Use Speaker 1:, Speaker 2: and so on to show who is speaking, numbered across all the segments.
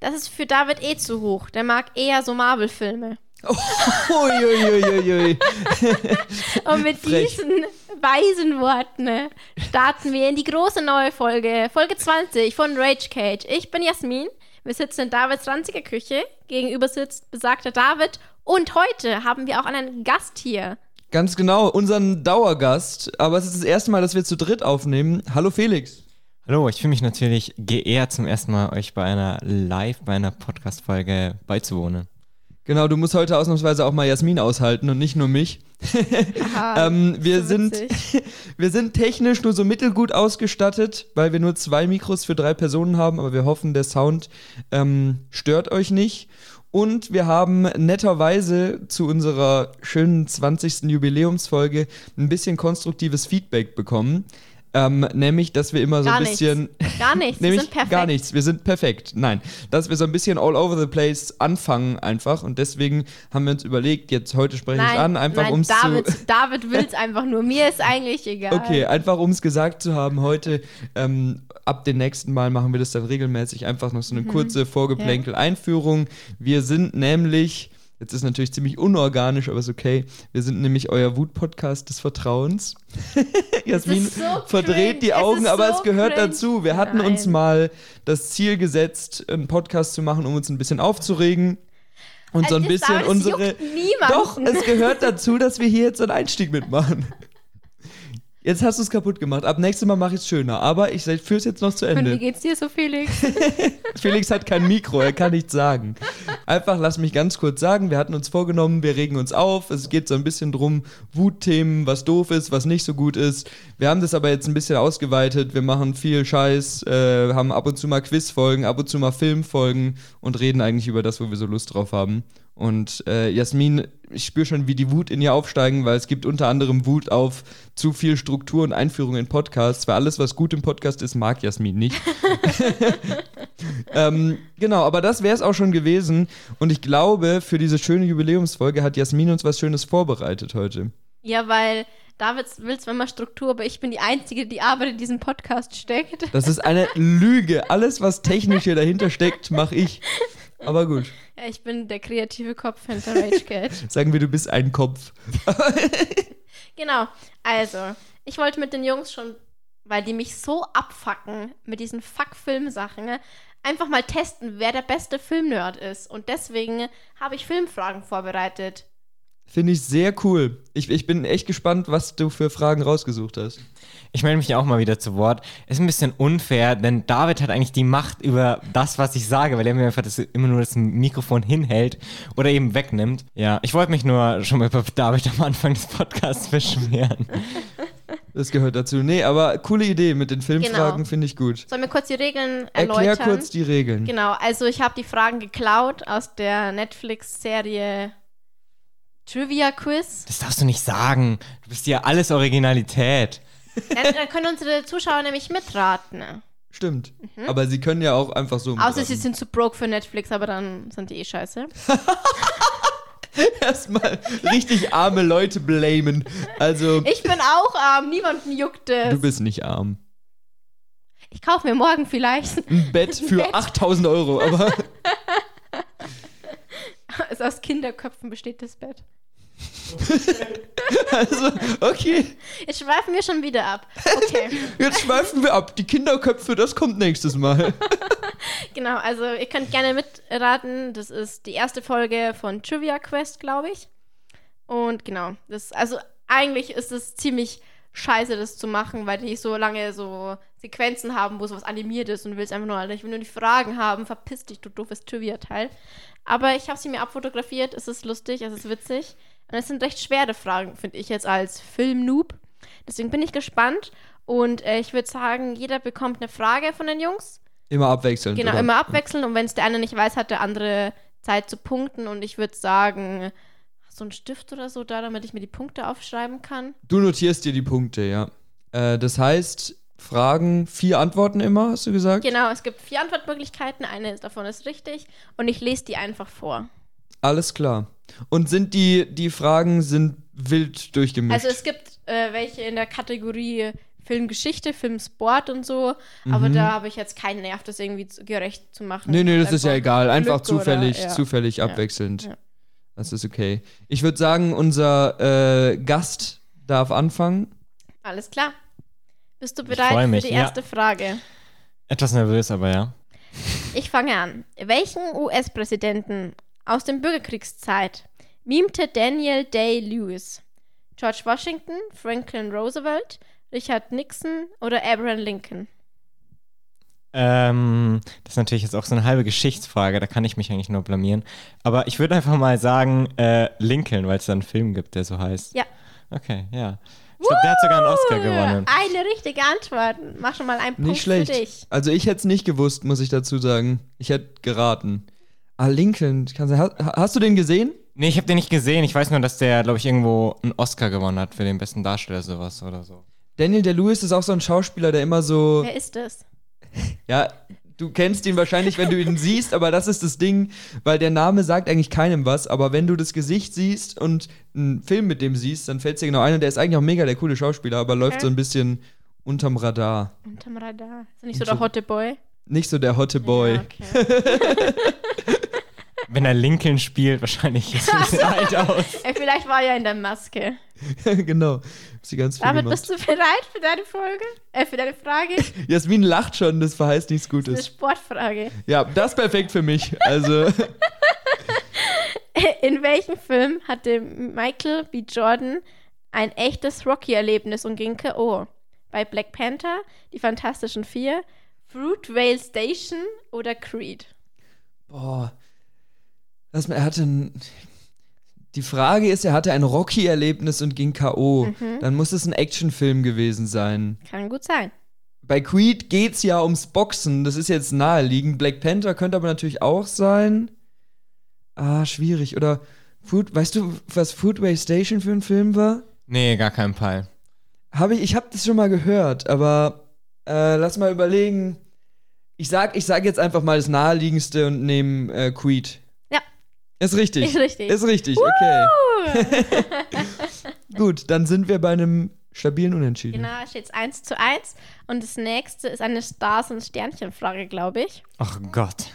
Speaker 1: das ist für David eh zu hoch. Der mag eher so Marvel-Filme.
Speaker 2: Uiuiuiui.
Speaker 1: Und mit
Speaker 2: Frech.
Speaker 1: diesen weisen Worten ne, starten wir in die große neue Folge, Folge 20 von Rage Cage. Ich bin Jasmin, wir sitzen in Davids ranziger Küche, gegenüber sitzt besagter David und heute haben wir auch einen Gast hier.
Speaker 2: Ganz genau, unseren Dauergast. Aber es ist das erste Mal, dass wir zu dritt aufnehmen. Hallo Felix.
Speaker 3: Hallo, ich fühle mich natürlich geehrt, zum ersten Mal euch bei einer Live, bei einer Podcast-Folge beizuwohnen.
Speaker 2: Genau, du musst heute ausnahmsweise auch mal Jasmin aushalten und nicht nur mich.
Speaker 1: Aha,
Speaker 2: Ähm, wir,
Speaker 1: so
Speaker 2: sind,
Speaker 1: witzig.
Speaker 2: wir sind technisch nur so mittelgut ausgestattet, weil wir nur zwei Mikros für drei Personen haben, aber wir hoffen, der Sound ähm, stört euch nicht. Und wir haben netterweise zu unserer schönen 20. Jubiläumsfolge ein bisschen konstruktives Feedback bekommen. Ähm, nämlich, dass wir immer so
Speaker 1: Gar
Speaker 2: ein
Speaker 1: nichts.
Speaker 2: bisschen.
Speaker 1: Gar nichts, wir
Speaker 2: Nämlich
Speaker 1: sind perfekt.
Speaker 2: gar nichts, wir sind perfekt. Nein, dass wir so ein bisschen all over the place anfangen einfach und deswegen haben wir uns überlegt, jetzt heute spreche ich an, einfach
Speaker 1: nein,
Speaker 2: ums
Speaker 1: David,
Speaker 2: zu
Speaker 1: David will es einfach nur, mir ist eigentlich egal.
Speaker 2: Okay, einfach ums gesagt zu haben, heute ähm, ab dem nächsten Mal machen wir das dann regelmäßig einfach noch
Speaker 1: Mhm.
Speaker 2: so eine kurze vorgeplänkel Einführung. Wir sind nämlich Jetzt ist natürlich ziemlich unorganisch, aber ist okay. Wir sind nämlich euer Wut-Podcast des Vertrauens. Jasmin
Speaker 1: ist so cringe.
Speaker 2: verdreht die
Speaker 1: Es
Speaker 2: Augen,
Speaker 1: ist
Speaker 2: aber
Speaker 1: so
Speaker 2: es gehört
Speaker 1: cringe.
Speaker 2: dazu. Wir hatten uns
Speaker 1: Nein.
Speaker 2: mal das Ziel gesetzt, einen Podcast zu machen, um uns ein bisschen aufzuregen und so ein
Speaker 1: Es ist
Speaker 2: bisschen
Speaker 1: David, Also es
Speaker 2: unsere.
Speaker 1: juckt niemanden.
Speaker 2: Doch, es gehört dazu, dass wir hier jetzt einen Einstieg mitmachen. Jetzt hast du es kaputt gemacht. Ab nächstes Mal mache ich es schöner. Aber ich führe es jetzt noch zu
Speaker 1: Und wie
Speaker 2: Ende.
Speaker 1: geht's dir so, Felix?
Speaker 2: Felix hat kein Mikro, er kann nichts sagen. Einfach lass mich ganz kurz sagen, wir hatten uns vorgenommen, wir regen uns auf. Es geht so ein bisschen drum, Wutthemen, was doof ist, was nicht so gut ist. Wir haben das aber jetzt ein bisschen ausgeweitet. Wir machen viel Scheiß, äh, haben ab und zu mal Quizfolgen, ab und zu mal Filmfolgen und reden eigentlich über das, wo wir so Lust drauf haben. Und äh, Jasmin, ich spüre schon, wie die Wut in ihr aufsteigen, weil es gibt unter anderem Wut auf zu viel Struktur und Einführung in Podcasts, weil alles, was gut im Podcast ist, mag Jasmin nicht. Ähm, genau, aber das wäre es auch schon gewesen. Und ich glaube, für diese schöne Jubiläumsfolge hat Jasmin uns was Schönes vorbereitet heute.
Speaker 1: Ja, weil David will zwar immer Struktur, aber ich bin die Einzige, die Arbeit in diesem Podcast steckt.
Speaker 2: Das ist eine Lüge. Alles, was technisch hier dahinter steckt, mache ich. Aber gut,
Speaker 1: Ja, Ich bin der kreative Kopf hinter Rage Cage.
Speaker 2: sagen wir, du bist ein Kopf.
Speaker 1: genau, also, ich wollte mit den Jungs schon, weil die mich so abfacken mit diesen Fuck-Film-Sachen, ne, einfach mal testen, wer der beste Filmnerd ist. Und deswegen habe ich Filmfragen vorbereitet.
Speaker 2: Finde ich sehr cool. Ich, ich bin echt gespannt, was du für Fragen rausgesucht hast.
Speaker 3: Ich melde mich auch mal wieder zu Wort. Ist ein bisschen unfair, denn David hat eigentlich die Macht über das, was ich sage, weil er mir einfach das, immer nur das Mikrofon hinhält oder eben wegnimmt. Ja, ich wollte mich nur schon mal über David am Anfang des Podcasts beschweren.
Speaker 2: Das gehört dazu. Nee, aber coole Idee mit den Filmfragen
Speaker 1: Genau.
Speaker 2: finde ich gut.
Speaker 1: Sollen wir kurz die Regeln erläutern?
Speaker 2: Erklär kurz die Regeln.
Speaker 1: Genau, also ich habe die Fragen geklaut aus der Netflix-Serie Trivia Quiz.
Speaker 3: Das darfst du nicht sagen. Du bist ja alles Originalität.
Speaker 1: Dann, dann können unsere Zuschauer nämlich mitraten.
Speaker 2: Stimmt. Aber sie können ja auch einfach so.
Speaker 1: Mhm. Außer
Speaker 2: mitraten.
Speaker 1: sie sind zu broke für Netflix, aber dann sind die eh scheiße.
Speaker 2: erstmal richtig arme Leute blamen. Also,
Speaker 1: Ich bin auch arm, niemanden juckt
Speaker 2: du
Speaker 1: es.
Speaker 2: bist nicht arm.
Speaker 1: Ich kaufe mir morgen vielleicht.
Speaker 2: Ein Bett für
Speaker 1: Bett.
Speaker 2: 8000 Euro, aber
Speaker 1: Ist also aus Kinderköpfen besteht das Bett.
Speaker 2: also, okay.
Speaker 1: Jetzt schweifen wir schon wieder ab. Okay,
Speaker 2: Jetzt schweifen wir ab. Die Kinderköpfe, das kommt nächstes Mal.
Speaker 1: genau. Also ihr könnt gerne mitraten. Das ist die erste Folge von Trivia Quest, glaube ich. Und genau, das also eigentlich ist es ziemlich scheiße, das zu machen, weil die so lange so Sequenzen haben, wo sowas animiert ist und du willst einfach nur, Alter, ich will nur die Fragen haben, verpiss dich, du doofes Trivia-Teil. Aber ich habe sie mir abfotografiert, es ist lustig, es ist witzig. Und es sind recht schwere Fragen, finde ich jetzt als Film-Noob. Deswegen bin ich gespannt und äh, ich würde sagen, jeder bekommt eine Frage von den Jungs.
Speaker 2: Immer abwechselnd.
Speaker 1: Genau,
Speaker 2: oder?
Speaker 1: immer abwechseln und wenn es der eine nicht weiß, hat der andere Zeit zu punkten und ich würde sagen, so einen Stift oder so da, damit ich mir die Punkte aufschreiben kann.
Speaker 2: Du notierst dir die Punkte, ja. Äh, das heißt, Fragen, vier Antworten immer, hast du gesagt?
Speaker 1: Genau, es gibt vier Antwortmöglichkeiten, eine davon ist richtig und ich lese die einfach vor.
Speaker 2: Alles klar. Und sind die, die Fragen sind wild durchgemischt?
Speaker 1: Also es gibt äh, welche in der Kategorie Filmgeschichte, Filmsport und so. Aber da habe ich jetzt keinen Nerv, das irgendwie zu, gerecht zu machen.
Speaker 2: Mhm.
Speaker 1: Also,
Speaker 2: Nee, nee, das ist ja
Speaker 1: Einfach
Speaker 2: egal. Einfach
Speaker 1: Glück oder-
Speaker 2: zufällig,
Speaker 1: ja.
Speaker 2: zufällig abwechselnd.
Speaker 1: Ja.
Speaker 2: Das ist okay. Ich würde sagen, unser äh, Gast darf anfangen.
Speaker 1: Alles klar. Bist du
Speaker 3: freu
Speaker 1: bereit
Speaker 3: mich,
Speaker 1: für die
Speaker 3: ja.
Speaker 1: erste Frage?
Speaker 3: Etwas nervös, aber ja.
Speaker 1: Ich fange an. Welchen US-Präsidenten aus der Bürgerkriegszeit mimte Daniel Day Lewis? George Washington, Franklin Roosevelt, Richard Nixon oder Abraham Lincoln?
Speaker 3: Ähm, das ist natürlich jetzt auch so eine halbe Geschichtsfrage, da kann ich mich eigentlich nur blamieren. Aber ich würde einfach mal sagen, äh, Lincoln, weil es da einen Film gibt, der so heißt.
Speaker 1: Ja.
Speaker 3: Okay, ja. Ich glaube, der hat sogar einen Oscar gewonnen.
Speaker 1: Eine richtige Antwort. Mach schon mal einen Punkt
Speaker 2: Nicht schlecht.
Speaker 1: für dich.
Speaker 2: Also ich hätte es nicht gewusst, muss ich dazu sagen. Ich hätte geraten. Ah, Lincoln. Kann sein. Ha- Hast du den gesehen?
Speaker 3: Nee, ich habe den nicht gesehen. Ich weiß nur, dass der, glaube ich, irgendwo einen Oscar gewonnen hat für den besten Darsteller sowas oder so.
Speaker 2: Daniel der Lewis ist auch so ein Schauspieler, der immer so.
Speaker 1: Wer ist das?
Speaker 2: Ja, du kennst ihn wahrscheinlich, wenn du ihn siehst, aber das ist das Ding, weil der Name sagt eigentlich keinem was, aber wenn du das Gesicht siehst und einen Film mit dem siehst, dann fällt dir genau ein und der ist eigentlich auch mega der coole Schauspieler, aber läuft
Speaker 1: Okay.
Speaker 2: so ein bisschen unterm Radar.
Speaker 1: Unterm Radar. Ist er nicht so der Hotte Boy?
Speaker 2: Nicht so der Hotte Boy.
Speaker 1: Ja, okay.
Speaker 3: Wenn er Lincoln spielt, wahrscheinlich ist er ein bisschen alt aus.
Speaker 1: Ey, Äh, Vielleicht war er ja in der Maske.
Speaker 2: genau. Hab Sie ganz viel
Speaker 1: Damit
Speaker 2: gemacht.
Speaker 1: bist du bereit für deine Folge? Äh, für deine Frage?
Speaker 2: Jasmin lacht schon, das verheißt nichts
Speaker 1: Eine
Speaker 2: Gutes.
Speaker 1: Sportfrage.
Speaker 2: Ja, das ist perfekt für mich. Also,
Speaker 1: In welchem Film hatte Michael B. Jordan ein echtes Rocky-Erlebnis und ging K.O.? Bei Black Panther, Die Fantastischen Vier, Fruitvale Station oder Creed?
Speaker 2: boah. Lass mal, er hatte ein. Die Frage ist, er hatte ein Rocky-Erlebnis und ging K.O. Dann muss es ein Actionfilm gewesen sein.
Speaker 1: Kann gut sein.
Speaker 2: Bei Creed geht's ja ums Boxen, das ist jetzt naheliegend. Black Panther könnte aber natürlich auch sein. Ah, schwierig. Oder Food, weißt du, was Foodway Station für ein Film war?
Speaker 3: Nee, gar keinen Fall.
Speaker 2: Habe ich, ich habe das schon mal gehört, aber äh, lass mal überlegen. Ich sag, ich sag jetzt einfach mal das naheliegendste und nehme äh, Creed.
Speaker 1: Ja.
Speaker 2: Ist richtig.
Speaker 1: Ist richtig.
Speaker 2: Ist richtig, okay. Gut, dann sind wir bei einem stabilen Unentschieden.
Speaker 1: Genau, steht es 1 zu 1. Und das nächste ist eine Stars- und Sternchen-Frage, glaube ich.
Speaker 3: Ach Gott.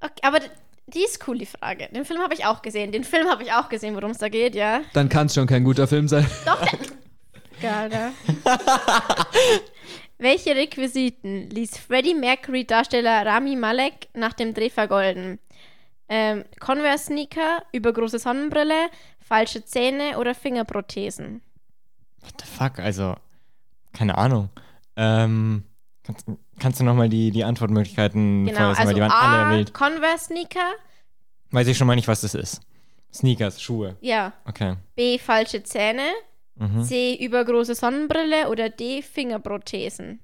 Speaker 1: Okay, aber d- die ist cool, die Frage. Den Film habe ich auch gesehen. Den Film habe ich auch gesehen, worum es da geht, ja.
Speaker 2: Dann kann es schon kein guter Film sein.
Speaker 1: Doch. der- Geil, ne? Welche Requisiten ließ Freddie Mercury-Darsteller Rami Malek nach dem Dreh vergolden? Ähm, Converse-Sneaker, übergroße Sonnenbrille, falsche Zähne oder Fingerprothesen?
Speaker 3: What the fuck, also, keine Ahnung. Ähm, kannst, kannst du nochmal die, die Antwortmöglichkeiten
Speaker 1: Genau,
Speaker 3: vorlesen,
Speaker 1: also
Speaker 3: weil die waren alle
Speaker 1: A,
Speaker 3: wild.
Speaker 1: Converse-Sneaker,
Speaker 3: Weiß ich schon mal nicht, was das ist. Sneakers, Schuhe.
Speaker 1: ja.
Speaker 3: Okay.
Speaker 1: B, falsche Zähne,
Speaker 3: Mhm.
Speaker 1: C, übergroße Sonnenbrille oder D, Fingerprothesen?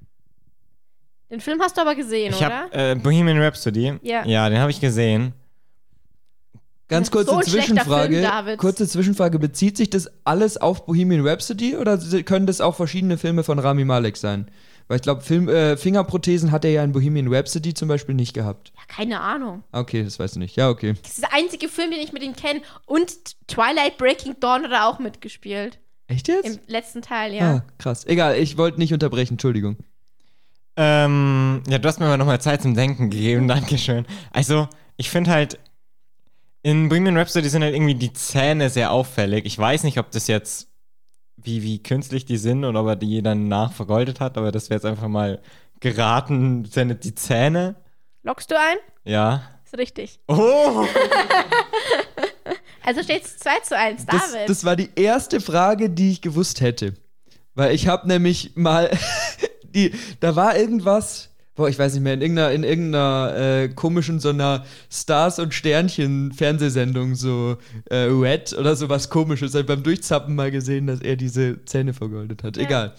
Speaker 1: Den Film hast du aber gesehen,
Speaker 3: Ich
Speaker 1: oder?
Speaker 3: habe äh, Bohemian Rhapsody.
Speaker 1: Ja.
Speaker 3: Ja, den habe ich gesehen.
Speaker 2: Ganz kurze
Speaker 1: So ein schlechter
Speaker 2: Zwischenfrage.
Speaker 1: Film, David.
Speaker 2: kurze Zwischenfrage. Bezieht sich das alles auf Bohemian Rhapsody oder können das auch verschiedene Filme von Rami Malek sein? Weil ich glaube, Film- äh, Fingerprothesen hat er ja in Bohemian Rhapsody zum Beispiel nicht gehabt.
Speaker 1: Ja, keine Ahnung.
Speaker 2: Ah, Okay, das weißt du nicht. Ja, okay.
Speaker 1: Das ist der einzige Film, den ich mit ihm kenne. Und Twilight Breaking Dawn hat er auch mitgespielt.
Speaker 2: Echt jetzt?
Speaker 1: Im letzten Teil, ja.
Speaker 2: Ah, krass. Egal, ich wollte nicht unterbrechen, Entschuldigung.
Speaker 3: Ähm, ja, du hast mir aber nochmal Zeit zum Denken gegeben, Dankeschön. Also, ich finde halt, in Bohemian Rhapsody sind halt irgendwie die Zähne sehr auffällig. Ich weiß nicht, ob das jetzt, wie, wie künstlich die sind oder ob er die dann nachvergoldet hat, aber das wäre jetzt einfach mal geraten, Zähne, die Zähne.
Speaker 1: Lockst du ein?
Speaker 3: Ja.
Speaker 1: Ist richtig.
Speaker 3: Oh!
Speaker 1: Also steht es 2 zu 1,
Speaker 2: Das,
Speaker 1: David.
Speaker 2: das war die erste Frage, die ich gewusst hätte. Weil ich habe nämlich mal die, da war irgendwas, boah, ich weiß nicht mehr, in irgendeiner, in irgendeiner äh, komischen, so einer Stars und Sternchen Fernsehsendung, so äh, Red oder sowas komisches, habe ich beim Durchzappen mal gesehen, dass er diese Zähne vergoldet hat. Egal.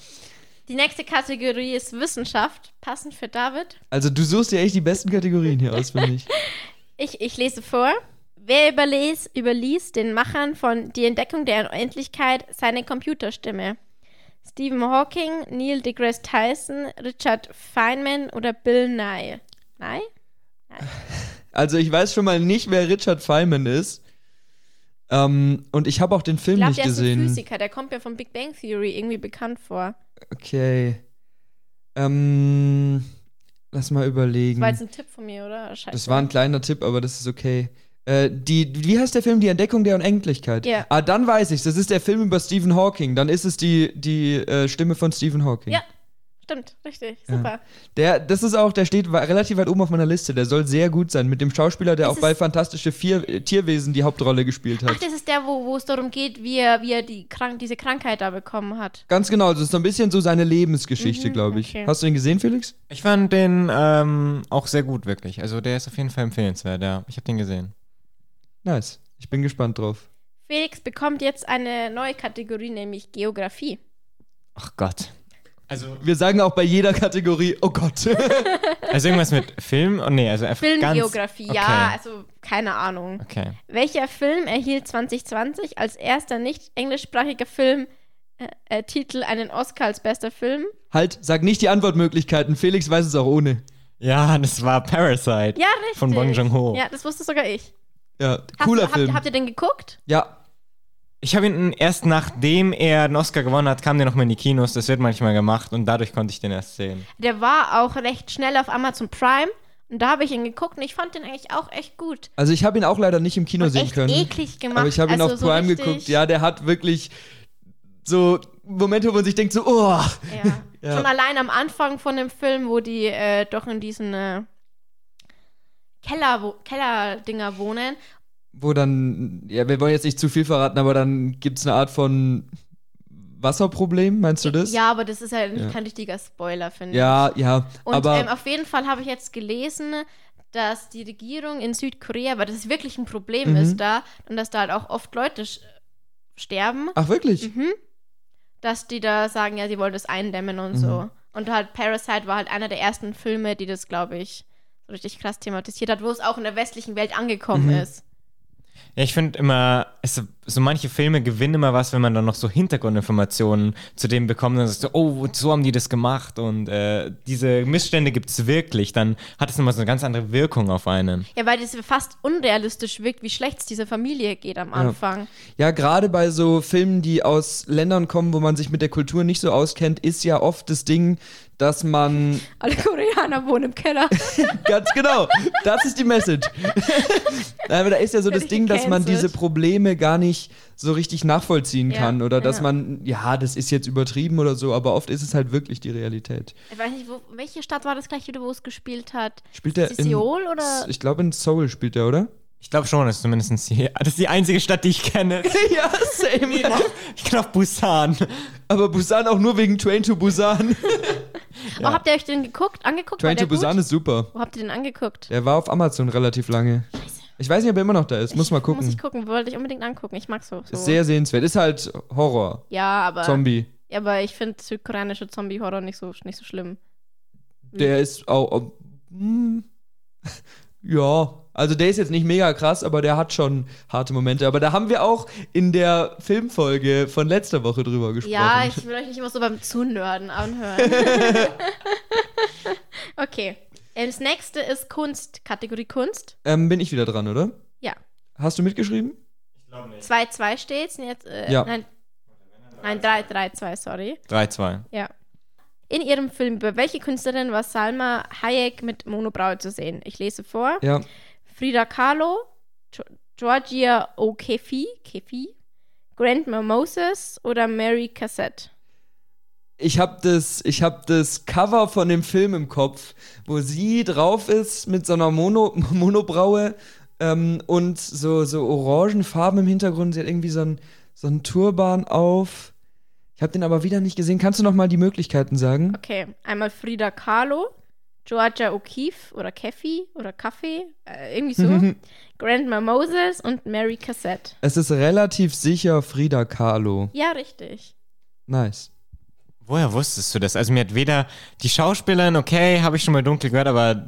Speaker 1: Die nächste Kategorie ist Wissenschaft. Passend für David.
Speaker 2: Also du suchst ja echt die besten Kategorien hier aus für mich.
Speaker 1: Ich, ich lese vor. Wer überließ, überließ den Machern von Die Entdeckung der Unendlichkeit seine Computerstimme? Stephen Hawking, Neil deGrasse Tyson, Richard Feynman oder Bill Nye? Nye?
Speaker 2: Also ich weiß schon mal nicht, wer Richard Feynman ist. Ähm, und ich habe auch den Film
Speaker 1: Ich glaube,
Speaker 2: nicht
Speaker 1: der ist ein
Speaker 2: gesehen.
Speaker 1: Physiker, der kommt mir von Big Bang Theory irgendwie bekannt vor.
Speaker 2: Okay. Ähm, lass mal überlegen.
Speaker 1: Das war jetzt ein Tipp von mir, oder? Scheiße.
Speaker 2: Hm. Das war ein kleiner Tipp, aber das ist okay. Äh, die, wie heißt der Film? Die Entdeckung der Unendlichkeit.
Speaker 1: Ja.
Speaker 2: Ah, dann weiß ich's. Das ist der Film über Stephen Hawking. Dann ist es die, die äh, Stimme von Stephen Hawking.
Speaker 1: Ja. Stimmt, richtig, super.
Speaker 2: Der, das ist auch, der steht wa- relativ weit oben auf meiner Liste. Der soll sehr gut sein. Mit dem Schauspieler, der
Speaker 1: Ist
Speaker 2: auch bei
Speaker 1: es-
Speaker 2: Fantastische Vier, äh, Tierwesen die Hauptrolle gespielt
Speaker 1: Ach,
Speaker 2: hat.
Speaker 1: das ist der, wo, wo es darum geht, wie er, wie er die Krank diese Krankheit da bekommen hat.
Speaker 2: Ganz genau. Das ist so ein bisschen so seine Lebensgeschichte,
Speaker 1: Mhm,
Speaker 2: glaube ich.
Speaker 1: okay.
Speaker 2: Hast du ihn gesehen, Felix?
Speaker 3: Ich fand den ähm, auch sehr gut, wirklich. Also der ist auf jeden Fall empfehlenswert, ja. Ich habe den gesehen.
Speaker 2: Nice. Ich bin gespannt drauf.
Speaker 1: Felix bekommt jetzt eine neue Kategorie, nämlich Geografie.
Speaker 3: Ach Gott. Also,
Speaker 2: Wir sagen auch bei jeder Kategorie, oh Gott.
Speaker 3: also irgendwas mit Film? Oh nee, also einfach ganz...
Speaker 1: Filmgeografie, ja, also keine Ahnung.
Speaker 3: Okay.
Speaker 1: Welcher Film erhielt 2020 als erster nicht englischsprachiger Film äh, äh, Titel einen Oscar als bester Film?
Speaker 2: halt, sag nicht die Antwortmöglichkeiten. Felix weiß es auch ohne.
Speaker 3: Ja, das war Parasite.
Speaker 1: Ja, richtig.
Speaker 3: Von Bong Joon-ho.
Speaker 1: Ja, das wusste sogar ich.
Speaker 2: Ja,
Speaker 1: Hast
Speaker 2: cooler
Speaker 1: du,
Speaker 2: Film.
Speaker 1: Habt, habt ihr den geguckt?
Speaker 2: ja,
Speaker 3: Ich habe ihn erst nachdem er einen Oscar gewonnen hat, kam der nochmal in die Kinos. Das wird manchmal gemacht und dadurch konnte ich den erst sehen.
Speaker 1: Der war auch recht schnell auf Amazon Prime und da habe ich ihn geguckt und ich fand den eigentlich auch echt gut.
Speaker 2: also ich habe ihn auch leider nicht im Kino
Speaker 1: Und
Speaker 2: sehen
Speaker 1: echt
Speaker 2: können.
Speaker 1: eklig gemacht.
Speaker 2: aber ich habe ihn
Speaker 1: also
Speaker 2: auf
Speaker 1: so
Speaker 2: Prime
Speaker 1: richtig-
Speaker 2: geguckt. Ja, der hat wirklich so Momente, wo man sich denkt so, oh.
Speaker 1: Ja.
Speaker 2: Ja.
Speaker 1: Schon allein am Anfang von dem Film, wo die äh, doch in diesen äh, Keller, wo, Kellerdinger wohnen.
Speaker 2: Wo dann, ja, wir wollen jetzt nicht zu viel verraten, aber dann gibt es eine Art von Wasserproblem, meinst du das?
Speaker 1: Ja, aber das ist ja, nicht
Speaker 2: Ja.
Speaker 1: kein richtiger Spoiler, finde ich.
Speaker 2: Ja, ja,
Speaker 1: Und
Speaker 2: aber
Speaker 1: ähm, auf jeden Fall habe ich jetzt gelesen, dass die Regierung in Südkorea, weil das wirklich ein Problem
Speaker 2: Mhm.
Speaker 1: ist da und dass da halt auch oft Leute sch- sterben,
Speaker 2: ach wirklich?
Speaker 1: mhm. dass die da sagen, ja, sie wollen das eindämmen
Speaker 2: Mhm.
Speaker 1: und so. Und halt Parasite war halt einer der ersten Filme, die das, glaube ich, so richtig krass thematisiert hat, wo es auch in der westlichen Welt angekommen
Speaker 2: Mhm.
Speaker 1: ist.
Speaker 3: Ja, ich finde immer, es, so manche Filme gewinnen immer was, wenn man dann noch so Hintergrundinformationen zu dem bekommt. Dann sagst du, oh, so haben die das gemacht und äh, diese Missstände gibt es wirklich. Dann hat es nochmal so eine ganz andere Wirkung auf einen.
Speaker 1: Ja, weil das fast unrealistisch wirkt, wie schlecht es dieser Familie geht am Anfang.
Speaker 2: Ja, gerade bei so Filmen, die aus Ländern kommen, wo man sich mit der Kultur nicht so auskennt, ist ja oft das Ding, dass man
Speaker 1: Alle Koreaner wohnen im Keller.
Speaker 2: Ganz genau. Das ist die Message. Nein, aber da ist ja so
Speaker 1: Werd
Speaker 2: das
Speaker 1: ich
Speaker 2: Ding, dass man
Speaker 1: gecancelt.
Speaker 2: diese Probleme gar nicht so richtig nachvollziehen
Speaker 1: Ja,
Speaker 2: kann oder dass
Speaker 1: ja.
Speaker 2: man, ja, das ist jetzt übertrieben oder so, aber oft ist es halt wirklich die Realität.
Speaker 1: Ich weiß nicht, wo, welche Stadt war das gleich wieder, wo es gespielt hat?
Speaker 2: Spielt der
Speaker 1: Ist es
Speaker 2: in
Speaker 1: Seoul oder?
Speaker 2: Ich glaube in Seoul spielt er, oder?
Speaker 3: Ich glaube schon, das ist zumindest die, das ist die einzige Stadt, die ich kenne.
Speaker 2: ja,
Speaker 3: Ich
Speaker 2: same.
Speaker 3: kenne auch- ich kenne auch Busan.
Speaker 2: Aber Busan auch nur wegen Train to Busan.
Speaker 1: Oh, habt ihr euch den geguckt, angeguckt? War
Speaker 2: Train
Speaker 1: der
Speaker 2: to Busan
Speaker 1: gut?
Speaker 2: ist super.
Speaker 1: Wo habt ihr den angeguckt?
Speaker 2: Der war auf Amazon relativ lange. Ich weiß nicht, ob er immer noch da ist. Muss mal
Speaker 1: Muss
Speaker 2: gucken.
Speaker 1: ich gucken, wollte ich unbedingt angucken. Ich mag so. so.
Speaker 2: Ist sehr sehenswert. Ist halt Horror.
Speaker 1: ja, aber,
Speaker 2: Zombie.
Speaker 1: ja, aber ich finde südkoreanische Zombie-Horror nicht so, nicht so schlimm. Mhm.
Speaker 2: Der ist auch. auch- hm, ja, also der ist jetzt nicht mega krass, aber der hat schon harte Momente. Aber da haben wir auch in der Filmfolge von letzter Woche drüber gesprochen.
Speaker 1: Ja, ich will euch nicht immer so beim Zunörden anhören. okay. Ähm, Das nächste ist Kunst, Kategorie Kunst.
Speaker 2: ähm, bin ich wieder dran, oder?
Speaker 1: Ja.
Speaker 2: Hast du mitgeschrieben?
Speaker 1: 2-2 steht's. und Jetzt, äh,
Speaker 2: Ja.
Speaker 1: Nein, nein 3-3-2, sorry.
Speaker 3: 3-2.
Speaker 1: Ja. In ihrem Film über welche Künstlerin war Salma Hayek mit Monobraue zu sehen? Ich lese vor.
Speaker 2: Ja.
Speaker 1: Frida Kahlo, Gio- Georgia O'Keeffe, Kefi, Grandma Moses oder Mary Cassette?
Speaker 2: Ich habe das, ich hab das Cover von dem Film im Kopf, wo sie drauf ist mit so einer Mono, Monobraue ähm, und so, so orangen Farben im Hintergrund. Sie hat irgendwie so einen so einen Turban auf. Ich habe den aber wieder nicht gesehen. Kannst du noch mal die Möglichkeiten sagen?
Speaker 1: Okay, einmal Frida Kahlo, Georgia O'Keeffe oder Keffi oder Kaffee, äh, irgendwie so, Grandma Moses und Mary Cassette.
Speaker 2: Es ist relativ sicher Frida Kahlo.
Speaker 1: Ja, richtig.
Speaker 2: Nice.
Speaker 3: Woher wusstest du das? Also mir hat weder die Schauspielerin, okay, habe ich schon mal dunkel gehört, aber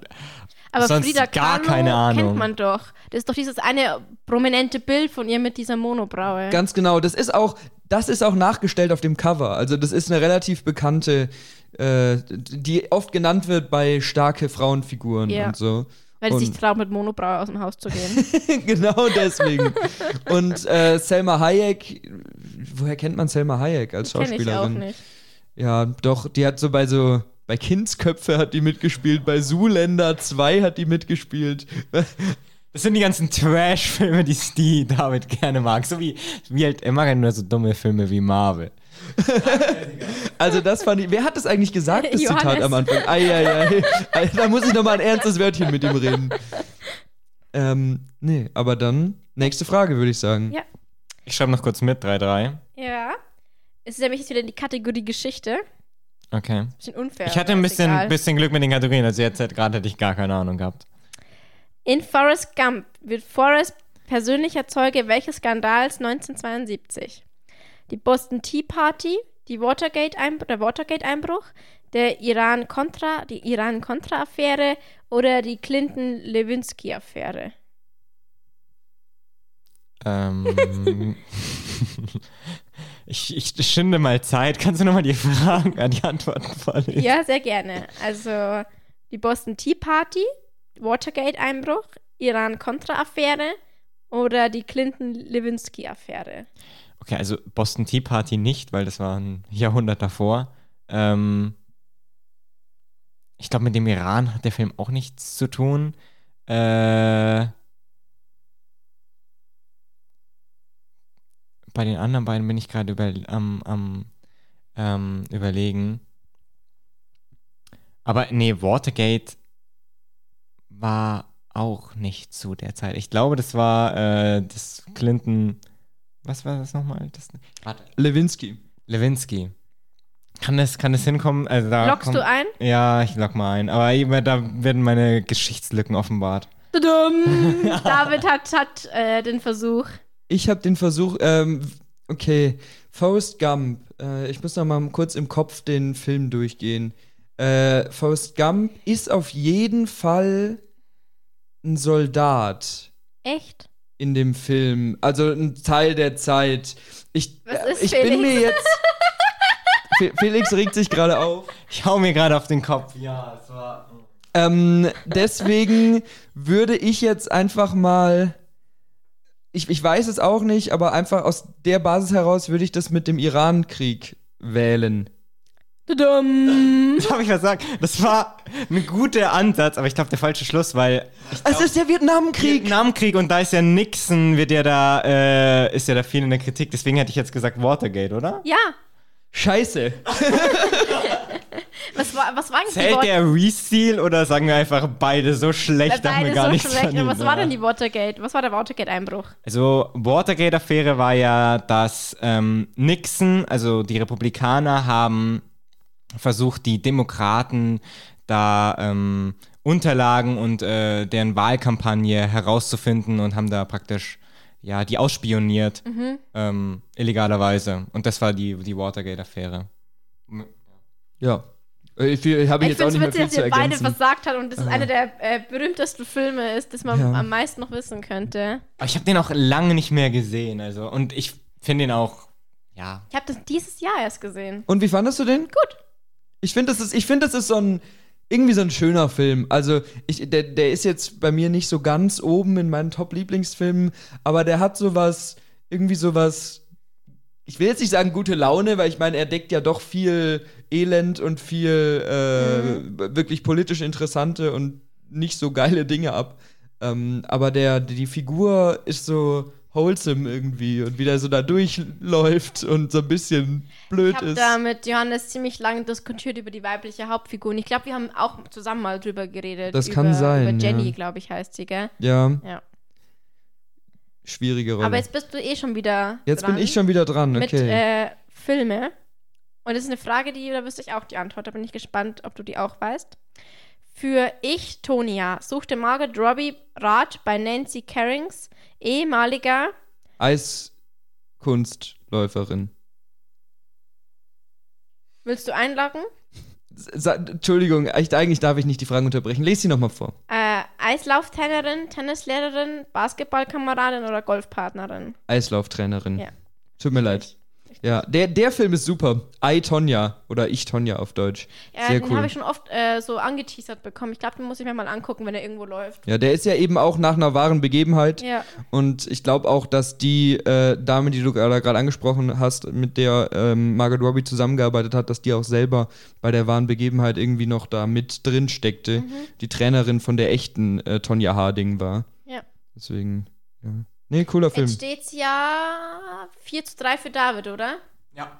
Speaker 1: Aber
Speaker 3: Sonst
Speaker 1: Frida
Speaker 3: gar
Speaker 1: Kahlo
Speaker 3: keine Ahnung.
Speaker 1: kennt man doch. Das ist doch dieses eine prominente Bild von ihr mit dieser Monobraue.
Speaker 2: Ganz genau. Das ist auch, das ist auch nachgestellt auf dem Cover. Also das ist eine relativ bekannte, äh, die oft genannt wird bei starke Frauenfiguren
Speaker 1: Ja.
Speaker 2: und so.
Speaker 1: Weil es
Speaker 2: Und-
Speaker 1: sich traut, mit Monobrau aus dem Haus zu gehen.
Speaker 2: genau deswegen. Und äh, Selma Hayek, woher kennt man Selma Hayek als
Speaker 1: Kenne
Speaker 2: Schauspielerin?
Speaker 1: ich auch nicht.
Speaker 2: Ja, doch, die hat so bei so. Bei Kindsköpfe hat die mitgespielt, bei Zoolander 2 hat die mitgespielt.
Speaker 3: Das sind die ganzen Trash-Filme, die, die David gerne mag. So wie, wie halt, er mag halt nur so dumme Filme wie Marvel.
Speaker 2: Also das fand ich. Wer hat das eigentlich gesagt, das Zitat
Speaker 1: Johannes.
Speaker 2: am Anfang? Ei, ei, ei. Da muss ich nochmal ein ernstes Wörtchen mit ihm reden. Ähm, nee, aber dann nächste Frage, würde ich sagen.
Speaker 1: Ja.
Speaker 3: Ich schreibe noch kurz mit, 3-3.
Speaker 1: Ja. Es ist nämlich jetzt wieder in die Kategorie Geschichte.
Speaker 3: Okay.
Speaker 1: Bisschen unfair.
Speaker 3: Ich hatte
Speaker 1: aber
Speaker 3: ein
Speaker 1: ist
Speaker 3: bisschen,
Speaker 1: egal.
Speaker 3: bisschen Glück mit den Kategorien, also jetzt halt gerade hätte ich gar keine Ahnung gehabt.
Speaker 1: In Forrest Gump wird Forrest persönlicher Zeuge welches Skandals 1972? Die Boston Tea Party, die Watergate -Einbruch, der Watergate-Einbruch, der Iran-Contra, die Iran-Contra-Affäre oder die Clinton-Lewinsky-Affäre?
Speaker 3: Ähm, ich, ich schinde mal Zeit. Kannst du nochmal die Fragen an die Antworten vorlesen?
Speaker 1: Ja, sehr gerne. Also die Boston Tea Party, Watergate-Einbruch, Iran-Contra-Affäre oder die Clinton-Lewinsky-Affäre?
Speaker 3: Okay, also Boston Tea Party nicht, weil das war ein Jahrhundert davor. Ähm, ich glaube, mit dem Iran hat der Film auch nichts zu tun. Äh, bei den anderen beiden bin ich gerade über, am, am ähm, überlegen. Aber nee, Watergate war auch nicht zu der Zeit. Ich glaube, das war äh, das Clinton. Was war das nochmal? Das, warte.
Speaker 2: Lewinsky.
Speaker 3: Lewinsky. Kann das, kann das hinkommen? Also da
Speaker 1: Lockst
Speaker 3: kommt-
Speaker 1: du ein?
Speaker 3: Ja, ich lock mal ein. Aber eben, da werden meine Geschichtslücken offenbart.
Speaker 1: Tudum! David hat, hat äh, den Versuch.
Speaker 2: Ich habe den Versuch, ähm, okay, Forrest Gump. Äh, ich muss noch mal kurz im Kopf den Film durchgehen. Äh, Forrest Gump ist auf jeden Fall ein Soldat
Speaker 1: Echt?
Speaker 2: in dem Film. Also ein Teil der Zeit. Ich,
Speaker 1: Was
Speaker 2: äh,
Speaker 1: ist
Speaker 2: ich bin
Speaker 1: Felix?
Speaker 2: mir jetzt. Fe- Felix regt sich gerade auf.
Speaker 3: Ich hau mir gerade auf den Kopf. Ja, es war.
Speaker 2: Ähm, deswegen würde ich jetzt einfach mal. Ich, ich weiß es auch nicht, aber einfach aus der Basis heraus würde ich das mit dem Iran-Krieg wählen.
Speaker 1: Tudum!
Speaker 3: Darf ich was sagen? Das war ein guter Ansatz, aber ich glaube, der falsche Schluss, weil
Speaker 2: Also es ist der Vietnamkrieg!
Speaker 3: Vietnamkrieg und da ist ja Nixon, wird ja da, äh, ist ja da viel in der Kritik. Deswegen hätte ich jetzt gesagt Watergate, oder?
Speaker 1: Ja,
Speaker 2: Scheiße.
Speaker 1: was war, was war eigentlich die
Speaker 3: Zählt
Speaker 1: Water-
Speaker 3: der Reseal oder sagen wir einfach beide so schlecht, dass wir
Speaker 1: Äh, Beide
Speaker 3: gar
Speaker 1: so
Speaker 3: nichts
Speaker 1: schlecht.
Speaker 3: verdient,
Speaker 1: Was war
Speaker 3: oder?
Speaker 1: denn die Watergate? Was war der Watergate-Einbruch?
Speaker 3: Also Watergate-Affäre war ja, dass ähm, Nixon, also die Republikaner haben versucht, die Demokraten da ähm, Unterlagen und äh, deren Wahlkampagne herauszufinden und haben da praktisch ja die ausspioniert ähm, illegalerweise. Und das war die, die Watergate-Affäre.
Speaker 2: Ja. Äh, Ich, ich habe
Speaker 1: Ich,
Speaker 2: jetzt auch
Speaker 1: finde
Speaker 2: nicht
Speaker 1: es
Speaker 2: mehr
Speaker 1: witzig,
Speaker 2: viel
Speaker 1: dass
Speaker 2: zu
Speaker 1: ihr beide
Speaker 2: ergänzen.
Speaker 1: versagt hat und das ist einer der äh, berühmtesten Filme ist, das man
Speaker 2: Ja.
Speaker 1: am meisten noch wissen könnte.
Speaker 3: Aber ich habe den auch lange nicht mehr gesehen, also und ich finde ihn auch ja
Speaker 1: Ich habe das dieses Jahr erst gesehen.
Speaker 2: Und wie fandest du den?
Speaker 1: Gut.
Speaker 2: Ich finde, das ist, ich finde, das ist so ein irgendwie so ein schöner Film. Also ich, der, der ist jetzt bei mir nicht so ganz oben in meinen Top-Lieblingsfilmen, aber der hat sowas, irgendwie sowas. Ich will jetzt nicht sagen gute Laune, weil ich meine, er deckt ja doch viel Elend und viel äh,
Speaker 1: Mhm.
Speaker 2: b- wirklich politisch interessante und nicht so geile Dinge ab. Ähm, aber der, die Figur ist so wholesome irgendwie und wie der so da durchläuft und so ein bisschen blöd
Speaker 1: Ich habe
Speaker 2: ist.
Speaker 1: da mit Johannes ziemlich lange diskutiert über die weibliche Hauptfigur und ich glaube, wir haben auch zusammen mal drüber geredet.
Speaker 2: Das
Speaker 1: über,
Speaker 2: kann sein,
Speaker 1: Über Jenny,
Speaker 2: ja.
Speaker 1: glaube ich, heißt sie, gell?
Speaker 2: ja.
Speaker 1: Ja.
Speaker 2: schwierige Rolle.
Speaker 1: Aber jetzt bist du eh schon wieder.
Speaker 2: Jetzt
Speaker 1: dran.
Speaker 2: bin ich schon wieder dran, okay.
Speaker 1: mit äh, Filme. Und das ist eine Frage, die, da wüsste ich auch die Antwort. Da bin ich gespannt, ob du die auch weißt. Für Ich, Tonia, suchte Margaret Robbie Rat bei Nancy Kerrings, ehemaliger.
Speaker 2: Eiskunstläuferin.
Speaker 1: Willst du einloggen?
Speaker 2: Sa Entschuldigung, echt, eigentlich darf ich nicht die Fragen unterbrechen. Lest sie nochmal vor.
Speaker 1: Äh, Eislauftennerin, Tennislehrerin, Basketballkameradin oder Golfpartnerin?
Speaker 2: Eislauftrainerin.
Speaker 1: Ja.
Speaker 2: Tut mir leid. Ja, der, der Film ist super. I, Tonja. Oder Ich, Tonja auf Deutsch.
Speaker 1: Ja,
Speaker 2: Sehr
Speaker 1: den
Speaker 2: cool.
Speaker 1: habe ich schon oft äh, so angeteasert bekommen. Ich glaube, den muss ich mir mal angucken, wenn er irgendwo läuft.
Speaker 2: Ja, der ist ja eben auch nach einer wahren Begebenheit.
Speaker 1: Ja.
Speaker 2: Und ich glaube auch, dass die äh, Dame, die du gerade gerade angesprochen hast, mit der ähm, Margaret Robbie zusammengearbeitet hat, dass die auch selber bei der wahren Begebenheit irgendwie noch da mit drin steckte. Die Trainerin von der echten äh, Tonja Harding war.
Speaker 1: Ja.
Speaker 2: Deswegen, ja. Nee, cooler Film.
Speaker 1: Jetzt steht's ja 4 zu 3 für David, oder?
Speaker 3: Ja.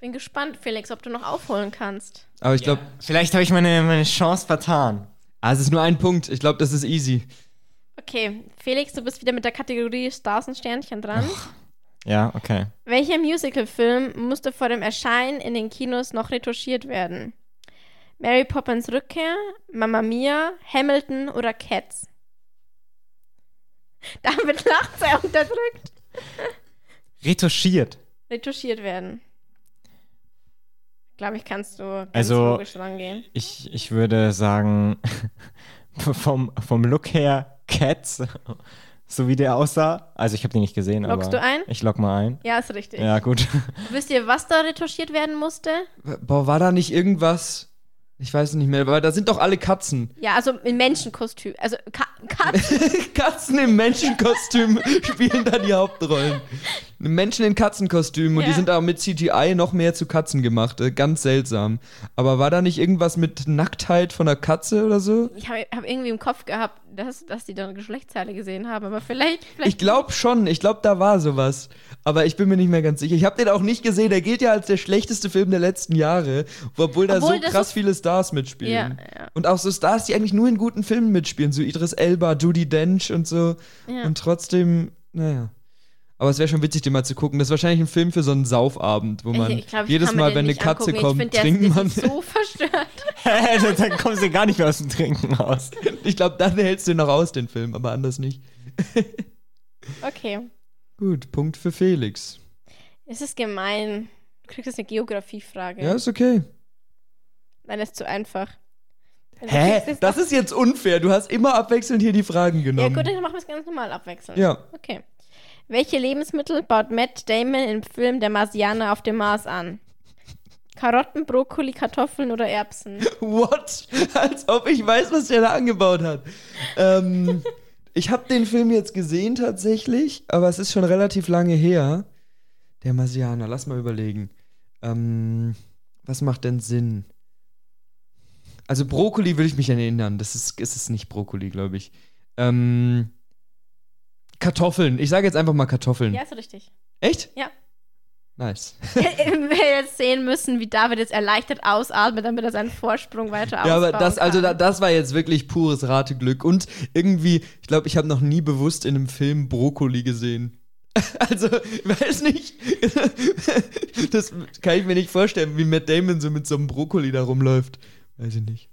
Speaker 1: Bin gespannt, Felix, ob du noch aufholen kannst.
Speaker 2: Aber ich glaube,
Speaker 3: Vielleicht habe ich meine, meine Chance vertan.
Speaker 2: ah, es ist nur ein Punkt. Ich glaube, das ist easy.
Speaker 1: Okay, Felix, du bist wieder mit der Kategorie Stars und Sternchen dran.
Speaker 3: Ja, okay.
Speaker 1: Welcher Musicalfilm musste vor dem Erscheinen in den Kinos noch retuschiert werden? Mary Poppins Rückkehr, Mamma Mia, Hamilton oder Cats? Damit lacht er unterdrückt.
Speaker 3: Retuschiert.
Speaker 1: Retuschiert werden. Glaube ich, kannst du ganz
Speaker 3: Also-
Speaker 1: logisch rangehen.
Speaker 3: Ich, ich würde sagen, vom, vom Look her Cats, so wie der aussah. Also ich habe den nicht gesehen,
Speaker 1: Loggst
Speaker 3: aber
Speaker 1: du ein?
Speaker 3: ich log mal ein.
Speaker 1: Ja, ist richtig.
Speaker 3: Ja, gut.
Speaker 1: Wisst ihr, was da retuschiert werden musste?
Speaker 2: Boah, war da nicht irgendwas? Ich weiß es nicht mehr, aber da sind doch alle Katzen.
Speaker 1: Ja, also in Menschenkostüm. Also Ka Katzen.
Speaker 2: Katzen im Menschenkostüm spielen da die Hauptrollen. Menschen in Katzenkostümen und die
Speaker 1: Ja.
Speaker 2: sind auch mit CGI noch mehr zu Katzen gemacht. Äh, ganz seltsam. Aber war da nicht irgendwas mit Nacktheit von einer Katze oder so?
Speaker 1: Ich habe hab irgendwie im Kopf gehabt, dass, dass die dann Geschlechtszeile gesehen haben. Aber vielleicht, vielleicht
Speaker 2: Ich glaube schon, ich glaube, da war sowas. Aber ich bin mir nicht mehr ganz sicher. Ich habe den auch nicht gesehen. Der gilt ja als der schlechteste Film der letzten Jahre, obwohl da
Speaker 1: Obwohl,
Speaker 2: so
Speaker 1: das
Speaker 2: krass
Speaker 1: ist-
Speaker 2: viele Stars mitspielen.
Speaker 1: Ja, ja.
Speaker 2: Und auch so Stars, die eigentlich nur in guten Filmen mitspielen, so Idris Elba, Judy Dench und so.
Speaker 1: Ja.
Speaker 2: Und trotzdem, naja. Aber es wäre schon witzig, den mal zu gucken. Das ist wahrscheinlich ein Film für so einen Saufabend, wo man
Speaker 1: Ich- ich glaub, ich
Speaker 2: jedes
Speaker 1: kann mir
Speaker 2: Mal,
Speaker 1: den
Speaker 2: wenn eine
Speaker 1: nicht
Speaker 2: Katze
Speaker 1: angucken.
Speaker 2: kommt,
Speaker 1: ich find, der ist-
Speaker 2: trinkt
Speaker 1: der
Speaker 2: man.
Speaker 1: Ist so verstört.
Speaker 3: Dann kommst du gar nicht mehr aus dem Trinken raus.
Speaker 2: Ich glaube, dann hältst du ihn noch aus, den Film, aber anders nicht.
Speaker 1: Okay.
Speaker 2: Gut, Punkt für Felix.
Speaker 1: Es ist gemein. Du kriegst jetzt eine Geografiefrage.
Speaker 2: Ja, ist okay.
Speaker 1: Nein, das ist zu einfach. Also kriegst
Speaker 2: Hä?
Speaker 1: jetzt
Speaker 2: Das
Speaker 1: noch-
Speaker 2: ist jetzt unfair. Du hast immer abwechselnd hier die Fragen
Speaker 1: Ja,
Speaker 2: genommen.
Speaker 1: gut, dann machen wir es ganz normal abwechselnd.
Speaker 2: Ja.
Speaker 1: Okay. Welche Lebensmittel baut Matt Damon im Film Der Marsianer auf dem Mars an? Karotten, Brokkoli, Kartoffeln oder Erbsen?
Speaker 2: What? Als ob ich weiß, was der da angebaut hat. ähm, ich habe den Film jetzt gesehen tatsächlich, aber es ist schon relativ lange her. Der Marsianer, lass mal überlegen. Ähm, was macht denn Sinn? Also Brokkoli würde ich mich erinnern. Das ist, ist es nicht Brokkoli, glaube ich. Ähm, Kartoffeln. Ich sage jetzt einfach mal Kartoffeln.
Speaker 1: Ja, ist richtig.
Speaker 2: Echt?
Speaker 1: Ja.
Speaker 2: Nice.
Speaker 1: Wenn wir jetzt sehen müssen, wie David jetzt erleichtert ausatmet, damit er seinen Vorsprung weiter
Speaker 2: Ja,
Speaker 1: ausbauen
Speaker 2: aber das, also da,
Speaker 1: kann.
Speaker 2: das war jetzt wirklich pures Rateglück. Und irgendwie, ich glaube, ich habe noch nie bewusst in einem Film Brokkoli gesehen. Also, ich weiß nicht. Das kann ich mir nicht vorstellen, wie Matt Damon so mit so einem Brokkoli da rumläuft. Weiß ich nicht.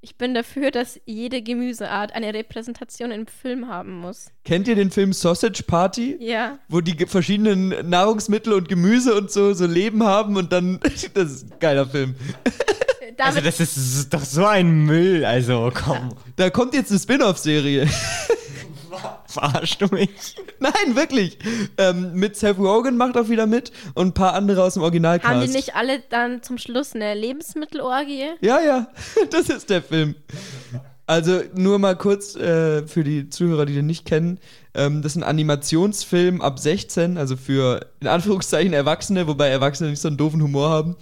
Speaker 1: Ich bin dafür, dass jede Gemüseart eine Repräsentation im Film haben muss.
Speaker 2: Kennt ihr den Film Sausage Party?
Speaker 1: Ja.
Speaker 2: Wo die ge- verschiedenen Nahrungsmittel und Gemüse und so, so Leben haben und dann. Das ist ein geiler Film.
Speaker 1: David,
Speaker 3: Also das ist s- doch so ein Müll. Also komm,
Speaker 2: Da kommt jetzt eine Spin-off-Serie.
Speaker 3: verarschst du mich?
Speaker 2: Nein, wirklich. Ähm, mit Seth Rogen macht auch wieder mit und ein paar andere aus dem Originalcast.
Speaker 1: haben die nicht alle dann zum Schluss eine Lebensmittelorgie?
Speaker 2: Ja, ja, das ist der Film. Also nur mal kurz äh, für die Zuhörer, die den nicht kennen. Ähm, das ist ein Animationsfilm ab 16, also für in Anführungszeichen Erwachsene, wobei Erwachsene nicht so einen doofen Humor haben.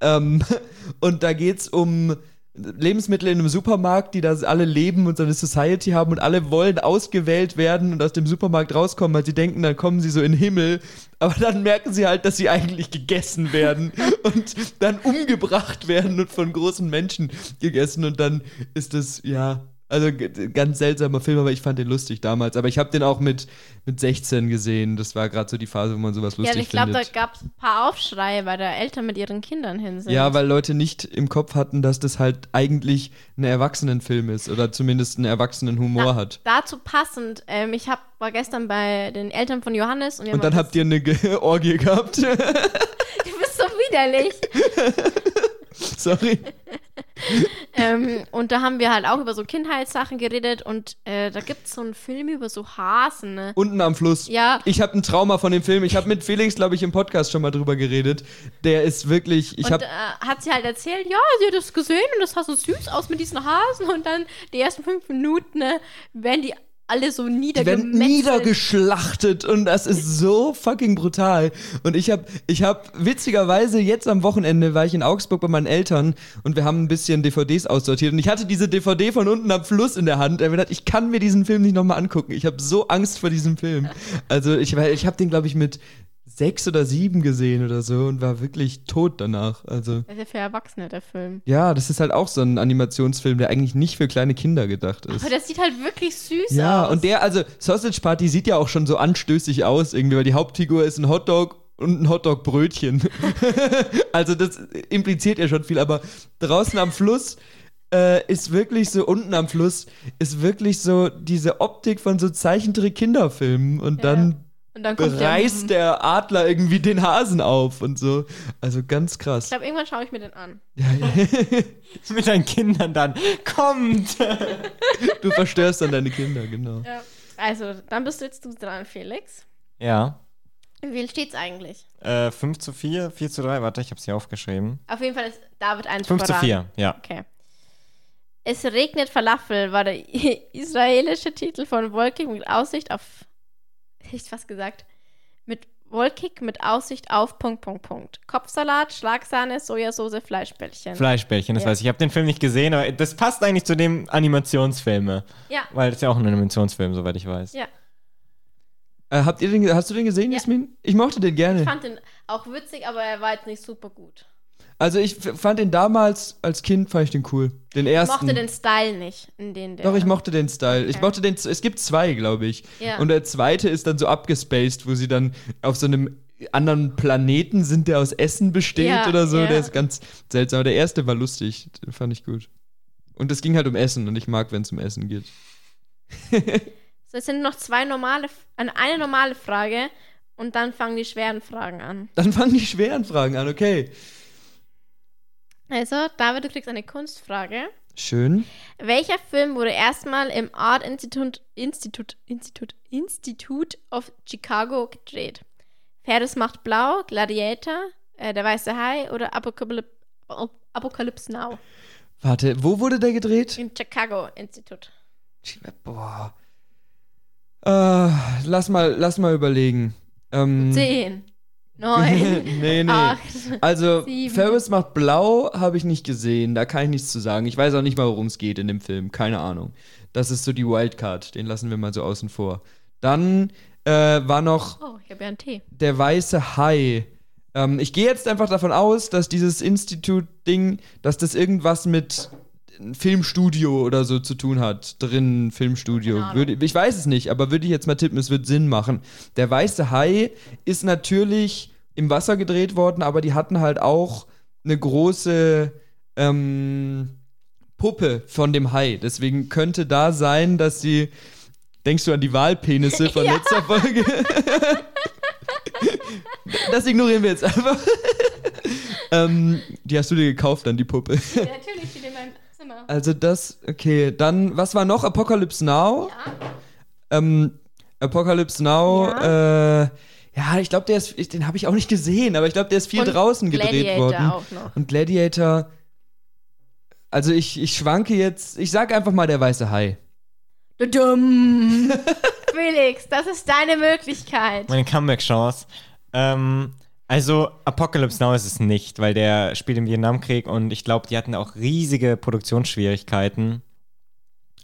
Speaker 2: Ähm, und da geht's um Lebensmittel in einem Supermarkt, die da alle leben und so eine Society haben und alle wollen ausgewählt werden und aus dem Supermarkt rauskommen, weil sie denken, dann kommen sie so in den Himmel. Aber dann merken sie halt, dass sie eigentlich gegessen werden und dann umgebracht werden und von großen Menschen gegessen. Und dann ist das, ja, also g- ganz seltsamer Film, aber ich fand den lustig damals. Aber ich habe den auch mit, mit 16 gesehen. Das war gerade so die Phase, wo man sowas
Speaker 1: Ja,
Speaker 2: lustig
Speaker 1: und ich glaube, da
Speaker 2: findet.
Speaker 1: gab es ein paar Aufschreie, weil da Eltern mit ihren Kindern hin sind.
Speaker 2: Ja, weil Leute nicht im Kopf hatten, dass das halt eigentlich ein Erwachsenenfilm ist oder zumindest einen Erwachsenenhumor
Speaker 1: Da-
Speaker 2: hat.
Speaker 1: Dazu passend, ähm, ich hab, war gestern bei den Eltern von Johannes und, wir
Speaker 2: Und
Speaker 1: haben
Speaker 2: dann habt ihr eine Ge- Orgie gehabt.
Speaker 1: Du bist so widerlich.
Speaker 2: Sorry.
Speaker 1: ähm, und da haben wir halt auch über so Kindheitssachen geredet und äh, da gibt es so einen Film über so Hasen. Ne?
Speaker 2: Unten am Fluss.
Speaker 1: Ja.
Speaker 2: Ich habe ein Trauma von dem Film. Ich habe mit Felix, glaube ich, im Podcast schon mal drüber geredet. Der ist wirklich. Ich
Speaker 1: und
Speaker 2: habe
Speaker 1: äh, hat sie halt erzählt, ja, sie hat das gesehen und das sah so süß aus mit diesen Hasen und dann die ersten fünf Minuten ne, werden die alle so
Speaker 2: Die werden
Speaker 1: niedergemetzelt.
Speaker 2: niedergeschlachtet und das ist so fucking brutal. Und ich habe, ich habe witzigerweise jetzt am Wochenende war ich in Augsburg bei meinen Eltern und wir haben ein bisschen DVDs aussortiert und ich hatte diese DVD von unten am Fluss in der Hand. Und ich dachte, ich kann mir diesen Film nicht nochmal angucken. Ich habe so Angst vor diesem Film. Also ich, weil ich habe den glaube ich mit sechs oder sieben gesehen oder so und war wirklich tot danach. Also
Speaker 1: das ist ja für Erwachsene, der Film.
Speaker 2: ja, das ist halt auch so ein Animationsfilm, der eigentlich nicht für kleine Kinder gedacht ist.
Speaker 1: Aber das sieht halt wirklich süß
Speaker 2: Ja,
Speaker 1: aus.
Speaker 2: und der, also Sausage Party sieht ja auch schon so anstößig aus, irgendwie, weil die Hauptfigur ist ein Hotdog und ein Hotdog-Brötchen. also das impliziert ja schon viel, aber draußen am Fluss äh, ist wirklich so, unten am Fluss ist wirklich so diese Optik von so Zeichentrick-Kinderfilmen und dann
Speaker 1: und dann kommt der,
Speaker 2: reißt der Adler irgendwie den Hasen auf und so. Also ganz krass.
Speaker 1: Ich glaube, irgendwann schaue ich mir den an.
Speaker 3: Mit deinen Kindern dann. Kommt!
Speaker 2: Du verstörst dann deine Kinder, genau.
Speaker 1: Ja. Also, dann bist du jetzt du dran, Felix.
Speaker 3: Ja.
Speaker 1: Wie steht's eigentlich?
Speaker 3: Äh, 5 zu 4, 4 zu 3, warte, ich hab's hier aufgeschrieben.
Speaker 1: Auf jeden Fall ist David eins
Speaker 3: 5 zu
Speaker 1: voran.
Speaker 3: 4, ja.
Speaker 1: Okay. Es regnet Falafel war der israelische Titel von Wolkig mit Aussicht auf. Hätte ich fast gesagt. Mit Wolkig mit Aussicht auf. Punkt, Punkt, Punkt. Kopfsalat, Schlagsahne, Sojasauce, Fleischbällchen.
Speaker 3: Fleischbällchen, das
Speaker 1: Ja.
Speaker 3: weiß ich. Ich habe den Film nicht gesehen, aber das passt eigentlich zu dem Animationsfilme.
Speaker 1: ja,
Speaker 3: Weil das ist ja auch ein Animationsfilm, soweit ich weiß.
Speaker 1: ja.
Speaker 2: Äh, habt ihr den, hast du den gesehen,
Speaker 1: Ja.
Speaker 2: Jasmin? Ich mochte den gerne.
Speaker 1: Ich fand den auch witzig, aber er war jetzt nicht super gut.
Speaker 2: Also ich f- fand den damals als Kind fand ich den cool. Den
Speaker 1: Ich
Speaker 2: ersten.
Speaker 1: mochte den Style nicht, in den der.
Speaker 2: Doch, ich mochte den Style. Ich
Speaker 1: Okay.
Speaker 2: mochte den. Es gibt zwei, glaube ich.
Speaker 1: Ja.
Speaker 2: Und der zweite ist dann so abgespaced, wo sie dann auf so einem anderen Planeten sind, der aus Essen besteht
Speaker 1: Ja,
Speaker 2: oder so.
Speaker 1: ja.
Speaker 2: Der ist ganz seltsam. Aber der erste war lustig. Den fand ich gut. Und es ging halt um Essen und ich mag, wenn es um Essen geht.
Speaker 1: So, es sind noch zwei normale, eine eine normale Frage und dann fangen die schweren Fragen an.
Speaker 2: Dann fangen die schweren Fragen an, okay.
Speaker 1: Also, David, du kriegst eine Kunstfrage.
Speaker 2: Schön.
Speaker 1: Welcher Film wurde erstmal im Art Institute, Institute, Institute, Institute of Chicago gedreht? Ferris macht blau, Gladiator, äh, Der weiße Hai oder Apocalypse, Apocalypse Now?
Speaker 2: Warte, wo wurde der gedreht?
Speaker 1: Im Chicago Institut.
Speaker 2: Boah. Äh, lass mal, lass mal überlegen. Ähm,
Speaker 1: Zehn, neun,
Speaker 2: nee, nee.
Speaker 1: acht.
Speaker 2: Also,
Speaker 1: Sieben.
Speaker 2: Ferris macht blau, habe ich nicht gesehen. Da kann ich nichts zu sagen. Ich weiß auch nicht mal, worum es geht in dem Film. Keine Ahnung. Das ist so die Wildcard. Den lassen wir mal so außen vor. Dann äh, war noch
Speaker 1: Oh, ich habe ja einen Tee.
Speaker 2: der weiße Hai. Ähm, ich gehe jetzt einfach davon aus, dass dieses Institut-Ding, dass das irgendwas mit Filmstudio oder so zu tun hat. Drin, Filmstudio.
Speaker 1: Keine Ahnung.
Speaker 2: Würde, ich weiß es nicht, aber würde ich jetzt mal tippen, es wird Sinn machen. Der weiße Hai ist natürlich im Wasser gedreht worden, aber die hatten halt auch eine große ähm, Puppe von dem Hai. Deswegen könnte da sein, dass sie. Denkst du an die Wahlpenisse von letzter Folge? das ignorieren wir jetzt einfach. ähm, die hast du dir gekauft, dann die Puppe.
Speaker 1: Natürlich steht in meinem Zimmer.
Speaker 2: Also das, okay, dann, was war noch? Apocalypse Now? Ähm, Apocalypse Now, äh, ja, ich glaube, der ist, ich, den habe ich auch nicht gesehen, aber ich glaube, der ist viel
Speaker 1: Und
Speaker 2: draußen gedreht
Speaker 1: Gladiator
Speaker 2: worden.
Speaker 1: auch noch.
Speaker 2: Und Gladiator, also ich, ich schwanke jetzt, ich sag einfach mal der weiße Hai.
Speaker 1: Dumm. Felix, das ist deine Möglichkeit.
Speaker 3: Meine Comeback-Chance. Ähm, also, Apocalypse Now ist es nicht, weil der spielt im Vietnamkrieg und ich glaube, die hatten auch riesige Produktionsschwierigkeiten.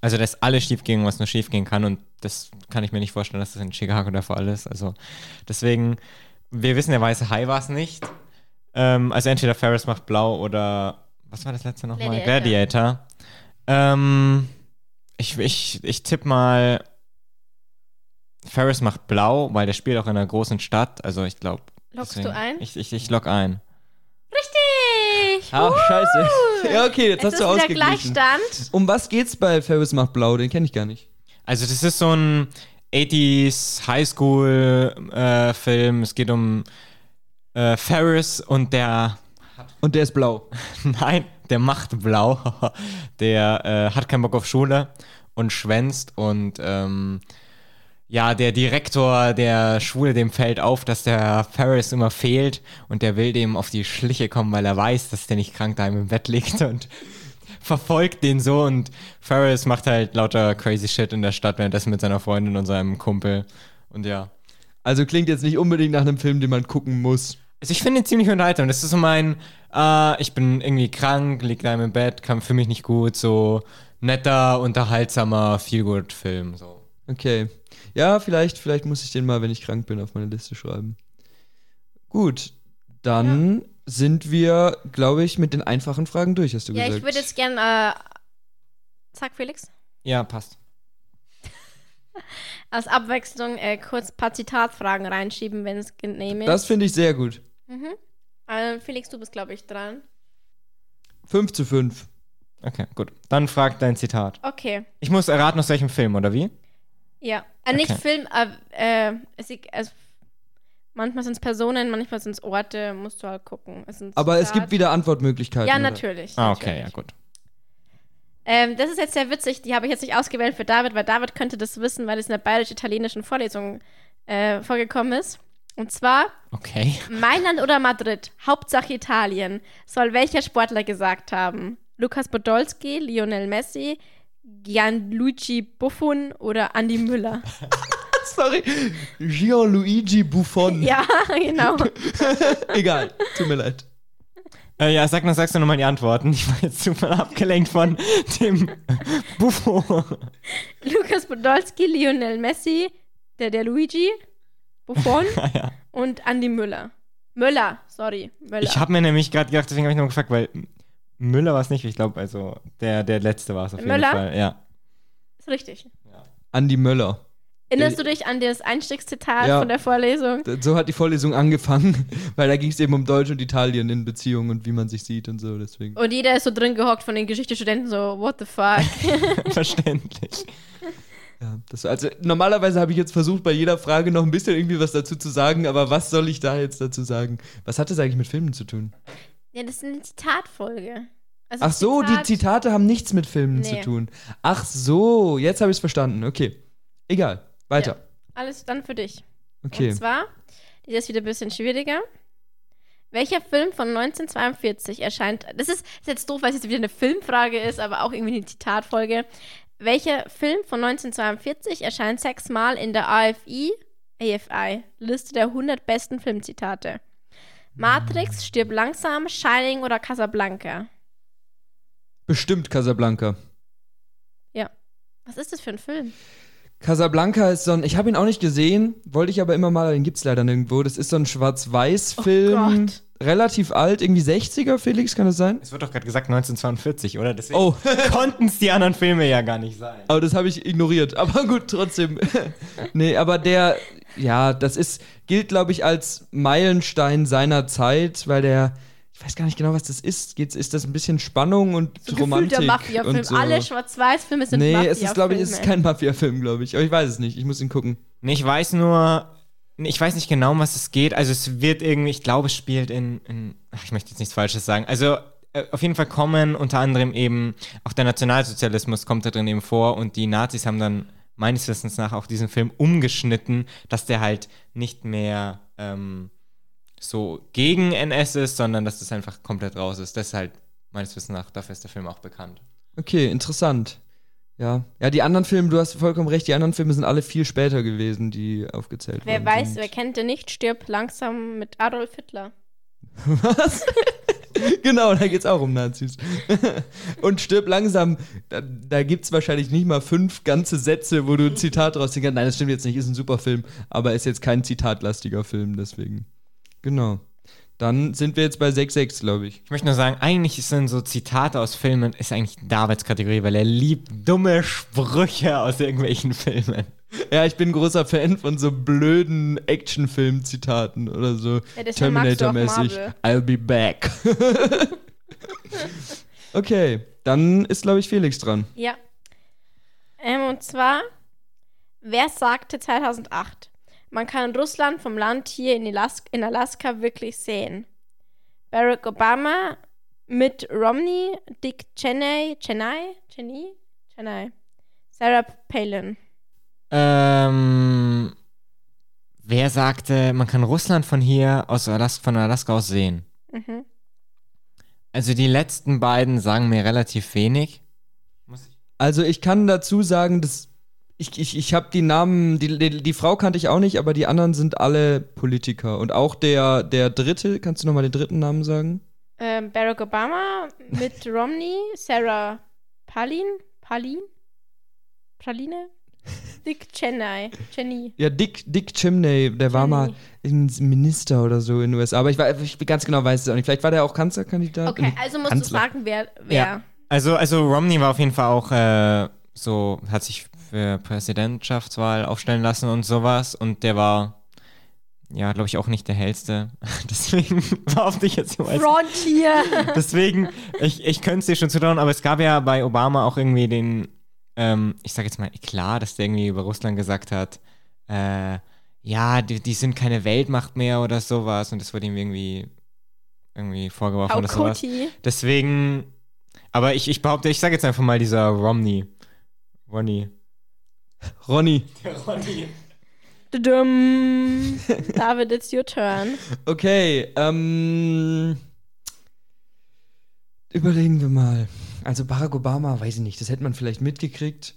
Speaker 3: Also, dass alles schief ging, was nur schief gehen kann und das kann ich mir nicht vorstellen, dass das in Chicago der Fall ist. Also, deswegen, wir wissen, der weiße Hai war es nicht. Ähm, also, entweder Ferris macht blau oder, was war das letzte nochmal?
Speaker 1: Gladiator.
Speaker 3: Gladiator. Ähm, ich, ich, ich tippe mal Ferris macht blau, weil der spielt auch in einer großen Stadt. Also ich glaube.
Speaker 1: Lockst du ein?
Speaker 3: Ich, ich, ich log ein.
Speaker 1: Richtig.
Speaker 2: Ach, scheiße. Ja, okay, jetzt
Speaker 1: es
Speaker 2: hast
Speaker 1: ist
Speaker 2: du
Speaker 1: wieder
Speaker 2: ausgeglichen.
Speaker 1: Gleichstand.
Speaker 2: Um was geht's bei Ferris macht blau? Den kenne ich gar nicht.
Speaker 3: Also das ist so ein 80s Highschool-Film. es geht um äh, Ferris und der.
Speaker 2: Und der ist blau.
Speaker 3: Nein, der macht blau, der äh, hat keinen Bock auf Schule und schwänzt und ähm, ja, der Direktor der Schule, dem fällt auf, dass der Ferris immer fehlt und der will dem auf die Schliche kommen, weil er weiß, dass der nicht krank daheim im Bett liegt und verfolgt den so und Ferris macht halt lauter crazy shit in der Stadt, währenddessen mit seiner Freundin und seinem Kumpel und ja.
Speaker 2: Also klingt jetzt nicht unbedingt nach einem Film, den man gucken muss.
Speaker 3: Also ich finde ihn ziemlich unterhaltsam. Das ist so mein, äh, ich bin irgendwie krank, lieg da im Bett, kann für mich nicht gut, so netter, unterhaltsamer, feelgood Film. So.
Speaker 2: Okay. Ja, vielleicht, vielleicht muss ich den mal, wenn ich krank bin, auf meine Liste schreiben. Gut, dann sind wir, glaube ich, mit den einfachen Fragen durch, hast du
Speaker 1: Ja,
Speaker 2: gesagt.
Speaker 1: ich würde jetzt gerne. Äh, sag Felix.
Speaker 3: Ja, passt.
Speaker 1: Als Abwechslung äh, kurz ein paar Zitatfragen reinschieben, wenn es genehm ist.
Speaker 2: Das finde ich sehr gut.
Speaker 1: mhm. äh, Felix, du bist, glaube ich, dran.
Speaker 2: 5 zu 5.
Speaker 3: Okay, gut. Dann frag dein Zitat.
Speaker 1: Okay.
Speaker 3: Ich muss erraten, aus welchem Film, oder wie?
Speaker 1: Ja. Äh, nicht
Speaker 3: Okay.
Speaker 1: Film, äh, äh, es, ist- also, manchmal sind es Personen, manchmal sind es Orte, musst du halt gucken. Es sind
Speaker 2: Aber es
Speaker 1: Zitat-
Speaker 2: gibt wieder Antwortmöglichkeiten.
Speaker 1: Ja,
Speaker 2: oder?
Speaker 1: natürlich.
Speaker 3: Ah, okay,
Speaker 1: natürlich.
Speaker 3: ja, gut.
Speaker 1: Ähm, das ist jetzt sehr witzig, die habe ich jetzt nicht ausgewählt für David, weil David könnte das wissen, weil es in der bayerisch-italienischen Vorlesung äh, vorgekommen ist. Und zwar,
Speaker 3: Okay.
Speaker 1: Mailand oder Madrid, Hauptsache Italien, soll welcher Sportler gesagt haben? Lukas Podolski, Lionel Messi, Gianluigi Buffon oder Andy Müller?
Speaker 2: Sorry. Gianluigi Buffon.
Speaker 1: ja, genau.
Speaker 2: Egal, tut mir leid.
Speaker 3: Äh, ja, sag, sagst du nochmal die Antworten. Ich war jetzt super abgelenkt von dem Buffo.
Speaker 1: Lukas Podolski, Lionel Messi, der, der Luigi, Buffon
Speaker 3: Ah, ja.
Speaker 1: und Andy Müller. Müller, sorry, Müller.
Speaker 3: Ich habe mir nämlich gerade gedacht, deswegen habe ich noch gefragt, weil M- Müller war es nicht, ich glaube, also der, der letzte war es auf jeden
Speaker 1: Müller?
Speaker 3: Fall. Ja.
Speaker 1: ist richtig.
Speaker 2: Andi Möller.
Speaker 1: Erinnerst du dich an das Einstiegszitat
Speaker 2: Ja.
Speaker 1: von der Vorlesung?
Speaker 2: So hat die Vorlesung angefangen, weil da ging es eben um Deutsch und Italien in Beziehungen und wie man sich sieht und so. Deswegen.
Speaker 1: Und jeder ist so drin gehockt von den Geschichtestudenten, so, what the fuck?
Speaker 3: Verständlich.
Speaker 2: Ja, das, also normalerweise habe ich jetzt versucht, bei jeder Frage noch ein bisschen irgendwie was dazu zu sagen, aber was soll ich da jetzt dazu sagen? Was hat das eigentlich mit Filmen zu tun?
Speaker 1: ja, das ist eine Zitatfolge. Also
Speaker 2: Ach so, die Zitate haben nichts mit Filmen zu
Speaker 1: Nee.
Speaker 2: tun. Ach so, jetzt habe ich es verstanden. Okay. Egal. Weiter.
Speaker 1: Alles dann für dich.
Speaker 2: Okay.
Speaker 1: Und zwar, die ist wieder ein bisschen schwieriger. Welcher Film von 1942 erscheint? Das ist, ist jetzt doof, weil es jetzt wieder eine Filmfrage ist, aber auch irgendwie eine Zitatfolge. Welcher Film von 1942 erscheint sechsmal in der AFI, AFI, Liste der 100 besten Filmzitate?
Speaker 2: Hm.
Speaker 1: Matrix, Stirb langsam, Shining oder Casablanca?
Speaker 2: Bestimmt Casablanca.
Speaker 1: Was ist das für ein Film?
Speaker 2: Casablanca ist so ein, ich habe ihn auch nicht gesehen, wollte ich aber immer mal, den gibt's leider nirgendwo. Das ist so ein
Speaker 1: Oh
Speaker 2: Schwarz-Weiß-Film,
Speaker 1: Gott.
Speaker 2: relativ alt, irgendwie 60er, Felix, kann das sein?
Speaker 3: Es wird doch gerade gesagt 1942, oder? Deswegen
Speaker 2: Oh,
Speaker 3: konnten es die anderen Filme ja gar nicht sein.
Speaker 2: aber das habe ich ignoriert. Aber gut, trotzdem. nee, aber der, ja, das ist, gilt, glaube ich, als Meilenstein seiner Zeit, weil der, ich weiß gar nicht genau, was das ist. Geht's, ist das ein bisschen Spannung und
Speaker 1: So
Speaker 2: Romantik?
Speaker 1: gefühlter Mafia-Film.
Speaker 2: und so.
Speaker 1: Alle Schwarz-Weiß-Filme sind
Speaker 2: Nee,
Speaker 1: Mafia-Filme.
Speaker 2: es ist, glaube ich, es ist kein Mafia-Film, glaube ich. Aber ich weiß es nicht, ich muss ihn gucken.
Speaker 3: Nee, ich weiß nur, nee, ich weiß nicht genau, um was es geht. Also es wird irgendwie, ich glaube, es spielt in, in ach, ich möchte jetzt nichts Falsches sagen. Also äh, auf jeden Fall kommen unter anderem eben, auch der Nationalsozialismus kommt da drin eben vor und die Nazis haben dann meines Wissens nach auch diesen Film umgeschnitten, dass der halt nicht mehr ähm, so gegen NS ist, sondern dass das einfach komplett raus ist. Das ist halt meines Wissens nach, dafür ist der Film auch bekannt.
Speaker 2: Okay, interessant. Ja. Ja, die anderen Filme, du hast vollkommen recht, die anderen Filme sind alle viel später gewesen, die aufgezählt
Speaker 1: Wer
Speaker 2: worden
Speaker 1: weiß,
Speaker 2: sind.
Speaker 1: wer kennt den nicht, stirbt langsam mit Adolf Hitler.
Speaker 2: Was? genau, da geht's auch um Nazis. Und stirb langsam. Da, da gibt's wahrscheinlich nicht mal fünf ganze Sätze, wo du ein Zitat rausziehen kannst. Nein, das stimmt jetzt nicht, ist ein super Film, aber ist jetzt kein zitatlastiger Film, deswegen. Genau. Dann sind wir jetzt bei 6-6, glaube ich.
Speaker 3: Ich möchte nur sagen, eigentlich sind so Zitate aus Filmen, ist eigentlich Davids Kategorie, weil er liebt dumme Sprüche aus irgendwelchen Filmen.
Speaker 2: Ja, ich bin großer Fan von so blöden Actionfilm-Zitaten oder so.
Speaker 1: Ja, deswegen magst du auch
Speaker 2: Terminator-mäßig.
Speaker 1: Marvel.
Speaker 2: I'll be back. okay, dann ist, glaube ich, Felix dran.
Speaker 1: Ja. Ähm, und zwar, wer sagte 2008, man kann Russland vom Land hier in, Alas in Alaska wirklich sehen? Barack Obama, mit Romney, Dick Cheney, Chennai, Cheney, Chennai, Sarah Palin.
Speaker 3: Ähm, wer sagte, man kann Russland von hier aus Alaska, von Alaska aus sehen?
Speaker 1: Mhm.
Speaker 3: Also die letzten beiden sagen mir relativ wenig. Muss ich?
Speaker 2: Also ich kann dazu sagen, dass ich, ich, ich habe die Namen, die, die, die Frau kannte ich auch nicht, aber die anderen sind alle Politiker. Und auch der, der dritte, kannst du nochmal den dritten Namen sagen?
Speaker 1: Ähm, Barack Obama, Mitt Romney, Sarah Palin, Palin, Praline, Dick Cheney, Cheney.
Speaker 2: Ja, Dick, Dick Chimney, der war mal ein Minister oder so in den USA. Aber ich, war, ich ganz genau weiß es auch nicht. Vielleicht war der auch Kanzlerkandidat.
Speaker 1: Okay, also musst
Speaker 2: Kanzler.
Speaker 1: du sagen, wer, wer.
Speaker 3: Ja. Also, also Romney war auf jeden Fall auch äh, so, hat sich für Präsidentschaftswahl aufstellen lassen und sowas. Und der war, ja, glaube ich, auch nicht der hellste. Deswegen behaupte ich jetzt mal.
Speaker 1: Frontier.
Speaker 3: Deswegen, ich, ich könnte es dir schon zutrauen, aber es gab ja bei Obama auch irgendwie den, ähm, ich sag jetzt mal, klar, dass der irgendwie über Russland gesagt hat, äh, ja, die, die sind keine Weltmacht mehr oder sowas. Und das wurde ihm irgendwie, irgendwie vorgeworfen oder sowas.
Speaker 1: Aukoti.
Speaker 3: Deswegen, aber ich, ich behaupte, ich sage jetzt einfach mal dieser Romney. Ronny.
Speaker 2: Ronny.
Speaker 3: Ronny.
Speaker 1: Dudum. David, it's your turn.
Speaker 2: Okay, ähm. Überlegen wir mal. Also Barack Obama, weiß ich nicht, das hätte man vielleicht mitgekriegt.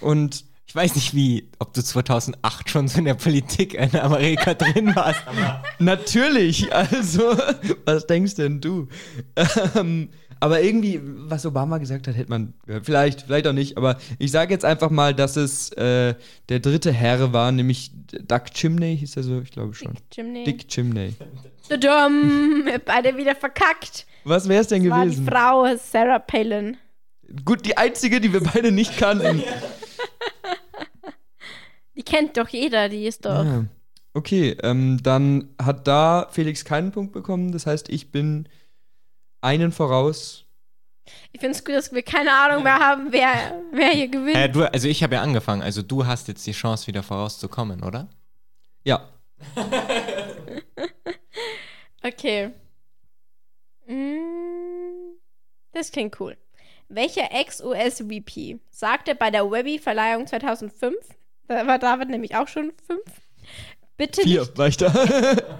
Speaker 2: Und
Speaker 3: Ich weiß nicht, wie, ob du 2008 schon so in der Politik in Amerika drin warst. Aber
Speaker 2: Natürlich, also, was denkst denn du? Ähm, aber irgendwie, was Obama gesagt hat, hätte man gehört. Vielleicht, vielleicht auch nicht, aber ich sage jetzt einfach mal, dass es äh, der dritte Herr war, nämlich Duck Chimney, hieß er so, ich glaube schon.
Speaker 1: Dick Chimney.
Speaker 2: Dick Chimney.
Speaker 1: Dudum. Wir beide wieder verkackt.
Speaker 2: Was wäre es denn
Speaker 1: War die
Speaker 2: gewesen?
Speaker 1: Frau Sarah Palin.
Speaker 2: Gut, die einzige, die wir beide nicht kannten.
Speaker 1: Die kennt doch jeder, die ist doch.
Speaker 2: Ja. Okay, ähm, dann hat da Felix keinen Punkt bekommen, das heißt, ich bin einen voraus.
Speaker 1: Ich finde es gut, dass wir keine Ahnung mehr haben, wer, wer hier gewinnt.
Speaker 3: äh, du, also ich habe ja angefangen, also du hast jetzt die Chance, wieder vorauszukommen, oder?
Speaker 2: Ja,
Speaker 1: Okay. Mm, Das klingt cool. Welcher Ex-US-VP sagte bei der Webby-Verleihung 2005, da war David nämlich auch schon fünf, bitte,
Speaker 2: vier
Speaker 1: nicht,
Speaker 2: war ich da.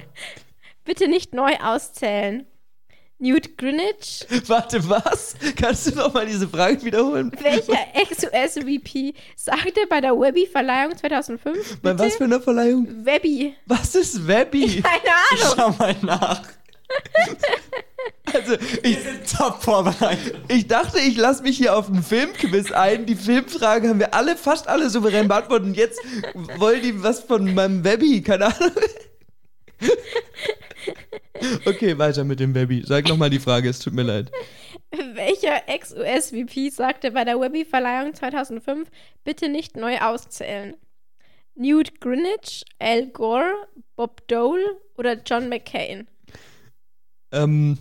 Speaker 1: bitte nicht neu auszählen? Newt Greenwich?
Speaker 2: Warte, was? Kannst du nochmal diese Frage wiederholen?
Speaker 1: Welcher Ex-US-VP sagte bei der Webby-Verleihung 2005,
Speaker 2: Bei was
Speaker 1: bitte
Speaker 2: für einer Verleihung?
Speaker 1: Webby?
Speaker 2: Was ist Webby?
Speaker 1: Keine
Speaker 3: Ich
Speaker 1: Ahnung.
Speaker 3: schau mal nach.
Speaker 2: Also, ich,
Speaker 3: Top vorbereitet.
Speaker 2: ich dachte, ich lasse mich hier auf einen Filmquiz ein. Die Filmfragen haben wir alle, fast alle souverän beantwortet. Und jetzt wollen die was von meinem Webby, keine Ahnung. Okay, weiter mit dem Webby. Sag nochmal die Frage, es tut mir leid.
Speaker 1: Welcher Ex-US-VP sagte bei der Webby-Verleihung 2005, bitte nicht neu auszählen? Newt Greenwich, Al Gore, Bob Dole oder John McCain?
Speaker 2: Ähm,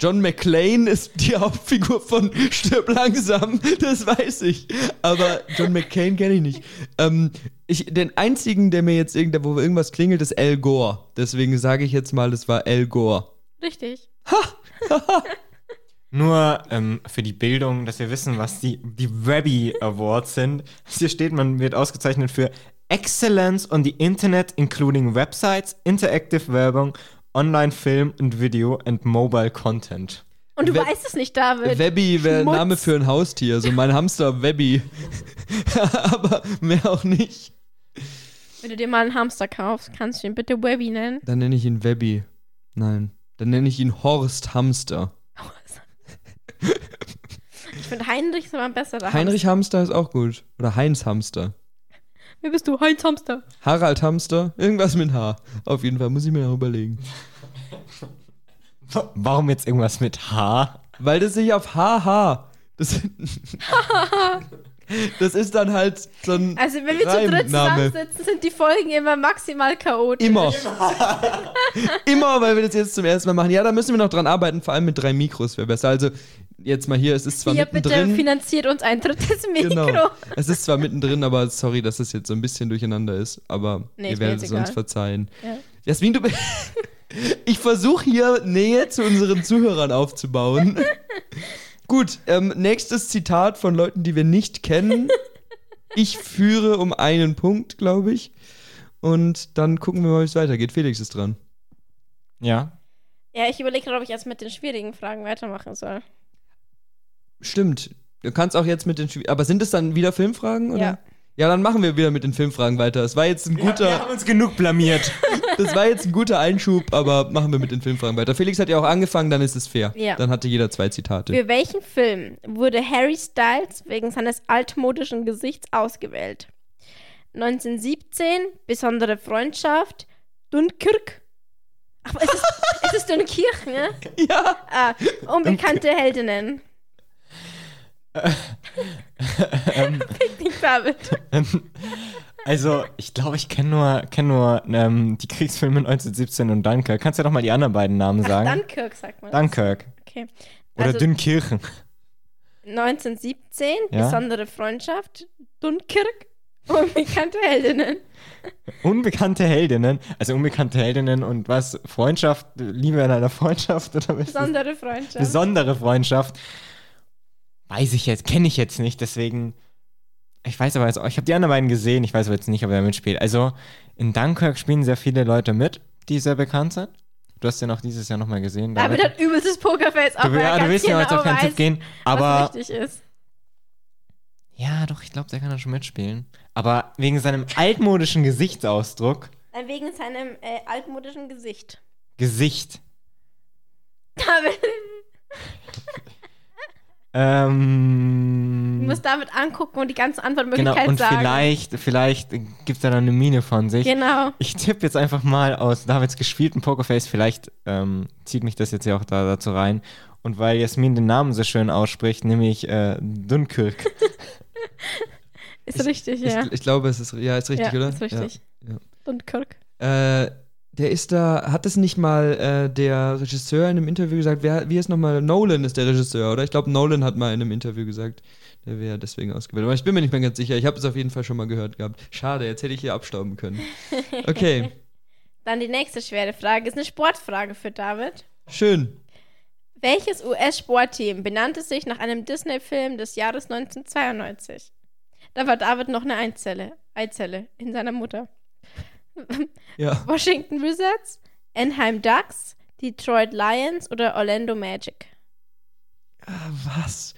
Speaker 2: John McClane ist die Hauptfigur von Stirb langsam, das weiß ich. Aber John McClane kenne ich nicht. Ähm, ich, den einzigen, der mir jetzt irgend, wo irgendwas klingelt, ist Al Gore. Deswegen sage ich jetzt mal, es war Al Gore.
Speaker 1: Richtig.
Speaker 3: Nur ähm, für die Bildung, dass wir wissen, was die, die Webby Awards sind. Hier steht, man wird ausgezeichnet für Excellence on the Internet, including Websites, Interactive Werbung, Online Film und Video and Mobile Content.
Speaker 1: Und du
Speaker 2: Web-
Speaker 1: weißt es nicht, David.
Speaker 2: Webby wäre ein
Speaker 1: Äh, Schmutz.
Speaker 2: Name für ein Haustier, so mein Hamster Webby. Aber mehr auch nicht.
Speaker 1: Wenn du dir mal einen Hamster kaufst, kannst du ihn bitte Webby nennen.
Speaker 2: Dann nenne ich ihn Webby. Nein, dann nenne ich ihn Horst Hamster.
Speaker 1: Ich finde Heinrich ist aber ein besserer
Speaker 2: Heinrich Hamster ist auch gut. Oder Heinz Hamster.
Speaker 1: Hamster. Wer bist du? Heinz Hamster.
Speaker 2: Harald Hamster, irgendwas mit H. Auf jeden Fall muss ich mir noch überlegen.
Speaker 3: Wa- Warum jetzt irgendwas mit H?
Speaker 2: Weil das sich auf HH. Das, das ist dann halt so ein.
Speaker 1: Also wenn wir zu dritt
Speaker 2: Reimname.
Speaker 1: zusammensitzen, sind die Folgen immer maximal chaotisch.
Speaker 2: Immer. Immer, weil wir das jetzt zum ersten Mal machen. Ja, da müssen wir noch dran arbeiten, vor allem mit drei Mikros wäre besser. Also, jetzt mal hier, es ist zwar
Speaker 1: Hier, bitte
Speaker 2: mittendrin.
Speaker 1: finanziert uns ein drittes Mikro.
Speaker 2: Genau. Es ist zwar mittendrin, aber sorry, dass es jetzt so ein bisschen durcheinander ist, aber
Speaker 1: Nee, ist
Speaker 2: ihr
Speaker 1: mir
Speaker 2: werdet
Speaker 1: jetzt
Speaker 2: es uns
Speaker 1: egal.
Speaker 2: verzeihen.
Speaker 1: Ja.
Speaker 2: Jasmin, du, bi- Ich versuche hier Nähe zu unseren Zuhörern aufzubauen. Gut, ähm, nächstes Zitat von Leuten, die wir nicht kennen. Ich führe um einen Punkt, glaube ich. Und dann gucken wir mal, wie es weitergeht. Felix ist dran.
Speaker 3: Ja.
Speaker 1: Ja, ich überlege gerade, ob ich jetzt mit den schwierigen Fragen weitermachen soll.
Speaker 2: Stimmt. Du kannst auch jetzt mit den. Schwi- Aber sind es dann wieder Filmfragen? Oder?
Speaker 1: Ja.
Speaker 2: Ja, dann machen wir wieder mit den Filmfragen weiter. Es war jetzt ein guter.
Speaker 3: Wir haben uns genug blamiert.
Speaker 2: Das war jetzt ein guter Einschub, aber machen wir mit den Filmfragen weiter. Felix hat ja auch angefangen, dann ist es fair.
Speaker 1: Ja.
Speaker 2: Dann hatte jeder zwei Zitate.
Speaker 1: Für welchen Film wurde Harry Styles wegen seines altmodischen Gesichts ausgewählt? 1917, Besondere Freundschaft, Dunkirk. Ach, es ist, es ist Dunkirk, ne?
Speaker 2: Ja.
Speaker 1: Ah, unbekannte Heldinnen.
Speaker 2: Ähm.
Speaker 1: Pick dich damit.
Speaker 3: Also, ich glaube, ich kenne nur, kenn nur ähm, die Kriegsfilme 1917 und Dunkirk. Kannst du ja doch mal die anderen beiden Namen sagen?
Speaker 1: Dunkirk, sagt man.
Speaker 3: Dunkirk.
Speaker 1: Okay.
Speaker 3: Oder
Speaker 1: Also
Speaker 3: Dünnkirchen.
Speaker 1: 1917,
Speaker 3: Ja.
Speaker 1: Besondere Freundschaft, Dunkirk, Oh, unbekannte Heldinnen.
Speaker 3: Unbekannte Heldinnen. Also unbekannte Heldinnen und was? Freundschaft? Liebe in einer Freundschaft? Oder was? ist das?
Speaker 1: Besondere Freundschaft.
Speaker 3: Besondere Freundschaft. Weiß ich jetzt, kenne ich jetzt nicht, deswegen. Ich weiß aber jetzt auch, ich habe die anderen beiden gesehen, ich weiß aber jetzt nicht, ob er mitspielt. Also in Dunkirk spielen sehr viele Leute mit, die sehr bekannt sind. Du hast den auch dieses Jahr nochmal gesehen.
Speaker 1: Damit
Speaker 3: David.
Speaker 1: hat übelstes Pokerface auch
Speaker 3: du,
Speaker 1: weil er
Speaker 3: ja, du
Speaker 1: ganz
Speaker 3: willst ja jetzt
Speaker 1: genau
Speaker 3: auf keinen
Speaker 1: weiß,
Speaker 3: Tipp gehen, aber.
Speaker 1: was richtig ist.
Speaker 3: Ja, doch, ich glaube, der kann da schon mitspielen. Aber wegen seinem altmodischen Gesichtsausdruck.
Speaker 1: Äh, Wegen seinem äh, altmodischen Gesicht.
Speaker 3: Gesicht.
Speaker 1: David, du
Speaker 3: Ähm.
Speaker 1: musst damit angucken und die ganzen
Speaker 3: Genau,
Speaker 1: Antwortmöglichkeiten
Speaker 3: und
Speaker 1: sagen.
Speaker 3: vielleicht, vielleicht gibt er dann eine Mine von sich.
Speaker 1: Genau.
Speaker 3: Ich tippe jetzt einfach mal aus Davids gespieltem Pokerface, vielleicht ähm, zieht mich das jetzt ja auch da, dazu rein. Und weil Jasmin den Namen so schön ausspricht, nämlich äh, Dunkirk.
Speaker 1: Ist richtig,
Speaker 2: Ich,
Speaker 1: ja.
Speaker 2: ich glaube, es ist, ja, ist richtig,
Speaker 1: ja,
Speaker 2: oder?
Speaker 1: Ist richtig.
Speaker 2: Ja,
Speaker 1: Und Kirk.
Speaker 2: ja. Äh, der ist da, hat es nicht mal äh, der Regisseur in einem Interview gesagt, wer, wie ist nochmal, Nolan ist der Regisseur, oder? Ich glaube, Nolan hat mal in einem Interview gesagt, der wäre deswegen ausgewählt. Aber ich bin mir nicht mehr ganz sicher, ich habe es auf jeden Fall schon mal gehört gehabt. Schade, jetzt hätte ich hier abstauben können. Okay,
Speaker 1: Dann die nächste schwere Frage ist eine Sportfrage für David.
Speaker 2: schön.
Speaker 1: Welches US-Sportteam benannte sich nach einem Disney-Film des Jahres 1992? Da war David noch eine Eizelle, Eizelle in seiner Mutter.
Speaker 2: Ja.
Speaker 1: Washington Wizards, Anaheim Ducks, Detroit Lions oder Orlando Magic?
Speaker 2: Ah, Was?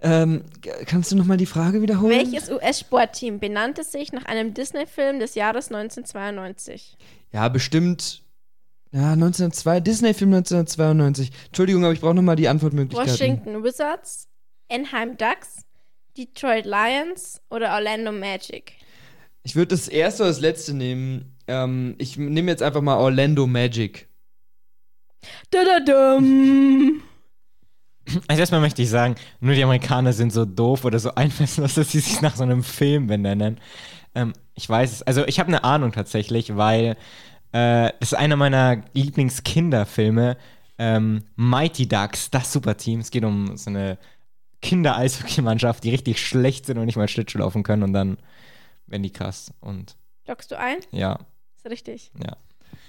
Speaker 2: Ähm, g- kannst du nochmal die Frage wiederholen?
Speaker 1: Welches US-Sportteam benannte sich nach einem Disney-Film des Jahres 1992?
Speaker 2: Ja, bestimmt. Ja, 1902, Disney-Film 1992. Entschuldigung, aber ich brauche nochmal die Antwortmöglichkeiten.
Speaker 1: Washington Wizards, Anaheim Ducks, Detroit Lions oder Orlando Magic?
Speaker 2: Ich würde das erste oder das letzte nehmen. Ähm, ich nehme jetzt einfach mal Orlando Magic.
Speaker 1: Dadadum.
Speaker 3: Also erstmal möchte ich sagen, nur die Amerikaner sind so doof oder so einfallslos, dass sie sich nach so einem Film benennen. Ähm, ich weiß es. Also ich habe eine Ahnung tatsächlich, weil äh, das ist einer meiner Lieblingskinderfilme. Ähm, Mighty Ducks, das Superteam. Es geht um so eine Kinder-Eishockey-Mannschaft, die richtig schlecht sind und nicht mal Schlittschuh laufen können und dann werden die krass. Und
Speaker 1: Lockst du ein?
Speaker 3: ja,
Speaker 1: Ist richtig.
Speaker 3: ja.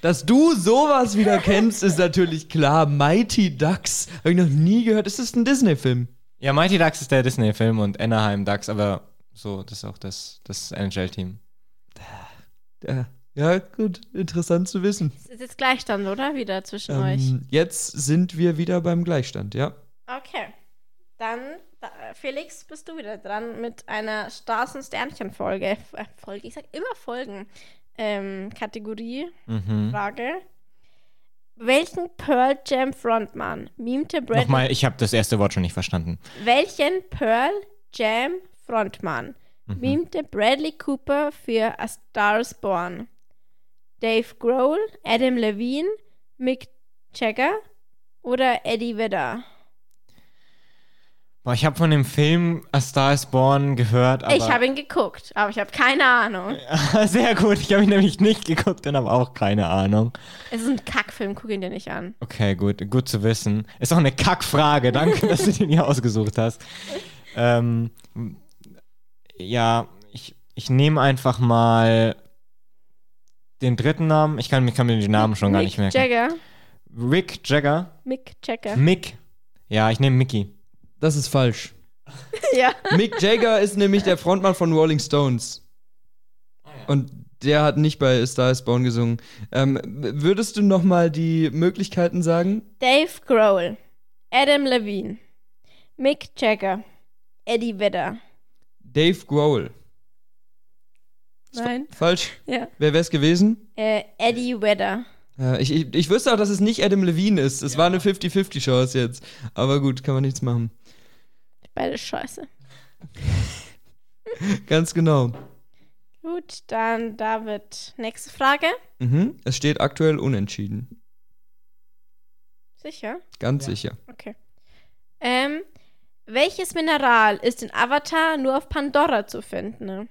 Speaker 2: Dass du sowas wieder kennst, ist natürlich klar. Mighty Ducks. Habe ich noch nie gehört. Ist das ein Disney-Film?
Speaker 3: Ja, Mighty Ducks ist der Disney-Film und Anaheim Ducks, aber so, das ist auch das, das NHL-Team.
Speaker 2: Ja. ja, gut. Interessant zu wissen.
Speaker 1: Es ist jetzt Gleichstand, oder? Wieder zwischen euch.
Speaker 2: Ähm, jetzt sind wir wieder beim Gleichstand, ja?
Speaker 1: Okay. Dann, da, Felix, bist du wieder dran mit einer Stars- und Sternchen-Folge. F- äh, Folge, ich sag immer Folgen. Ähm, Kategorie,
Speaker 3: Mhm.
Speaker 1: Frage. Welchen Pearl Jam Frontmann mimte Bradley
Speaker 3: Nochmal, ich habe das erste Wort schon nicht verstanden.
Speaker 1: Welchen Pearl Jam Frontmann mimte Bradley Cooper für A Star is Born? Dave Grohl, Adam Levine, Mick Jagger oder Eddie Vedder?
Speaker 3: Boah, ich habe von dem Film A Star is Born gehört, aber.
Speaker 1: ich habe ihn geguckt, aber ich habe keine Ahnung.
Speaker 3: Sehr gut, ich habe ihn nämlich nicht geguckt und habe auch keine Ahnung.
Speaker 1: Es ist ein Kackfilm, guck ihn dir nicht an.
Speaker 3: Okay, gut, gut zu wissen. Ist auch eine Kackfrage, danke, dass du den hier ausgesucht hast. Ähm, ja, ich, ich nehme einfach mal den dritten Namen, ich kann, ich kann mir die Namen schon gar
Speaker 1: Mick
Speaker 3: nicht merken. Hm?
Speaker 1: Jagger.
Speaker 3: Rick Jagger.
Speaker 1: Mick Jagger.
Speaker 3: Mick. Ja, ich nehme Mickey.
Speaker 2: Das ist falsch.
Speaker 1: ja.
Speaker 2: Mick Jagger ist nämlich der Frontmann von Rolling Stones. Und der hat nicht bei A Star is Born gesungen. Ähm, würdest du nochmal die Möglichkeiten sagen?
Speaker 1: Dave Grohl. Adam Levine. Mick Jagger. Eddie Vedder.
Speaker 2: Dave Grohl.
Speaker 1: Nein.
Speaker 2: Falsch.
Speaker 1: Ja.
Speaker 2: Wer wär's gewesen?
Speaker 1: Äh, Eddie Vedder.
Speaker 2: Äh, ich, ich, ich wüsste auch, dass es nicht Adam Levine ist. Es war eine 50-50-Chance jetzt. Aber gut, kann man nichts machen.
Speaker 1: Beide scheiße.
Speaker 2: Ganz genau.
Speaker 1: Gut, dann David. Nächste Frage.
Speaker 2: Mhm. Es steht aktuell unentschieden.
Speaker 1: Sicher?
Speaker 2: Ganz sicher.
Speaker 1: Okay. Ähm, welches Mineral ist in Avatar nur auf Pandora zu finden? Ne?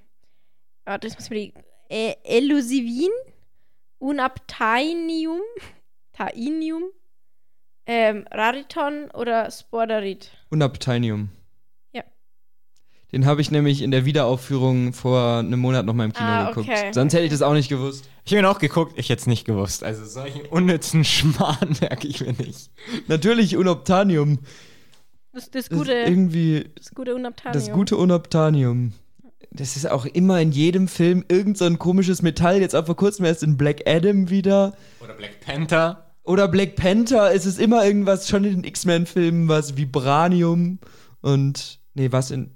Speaker 1: Warte, jetzt muss ich mir die. Äh, Elusivin? Unabtainium? Tainium? Ähm, Rariton oder Spordarit?
Speaker 2: Unabteinium.
Speaker 1: Ja.
Speaker 2: Den habe ich nämlich in der Wiederaufführung vor einem Monat nochmal im Kino
Speaker 1: Ah,
Speaker 2: geguckt.
Speaker 1: okay.
Speaker 2: Sonst hätte ich das auch nicht gewusst.
Speaker 3: Ich habe ihn auch geguckt, ich hätte es nicht gewusst. Also solchen unnützen Schmarrn merke ich mir nicht.
Speaker 2: Natürlich Unobtanium.
Speaker 1: Das, das
Speaker 2: Das ist
Speaker 1: gute,
Speaker 2: irgendwie
Speaker 1: das gute Unabtainium.
Speaker 2: das gute Unobtanium. Das ist auch immer in jedem Film irgend so ein komisches Metall. Jetzt auch vor kurzem erst in Black Adam wieder.
Speaker 3: Oder Black Panther.
Speaker 2: Oder Black Panther. Es ist immer irgendwas, schon in den X-Men-Filmen, was Vibranium und. Nee, was in.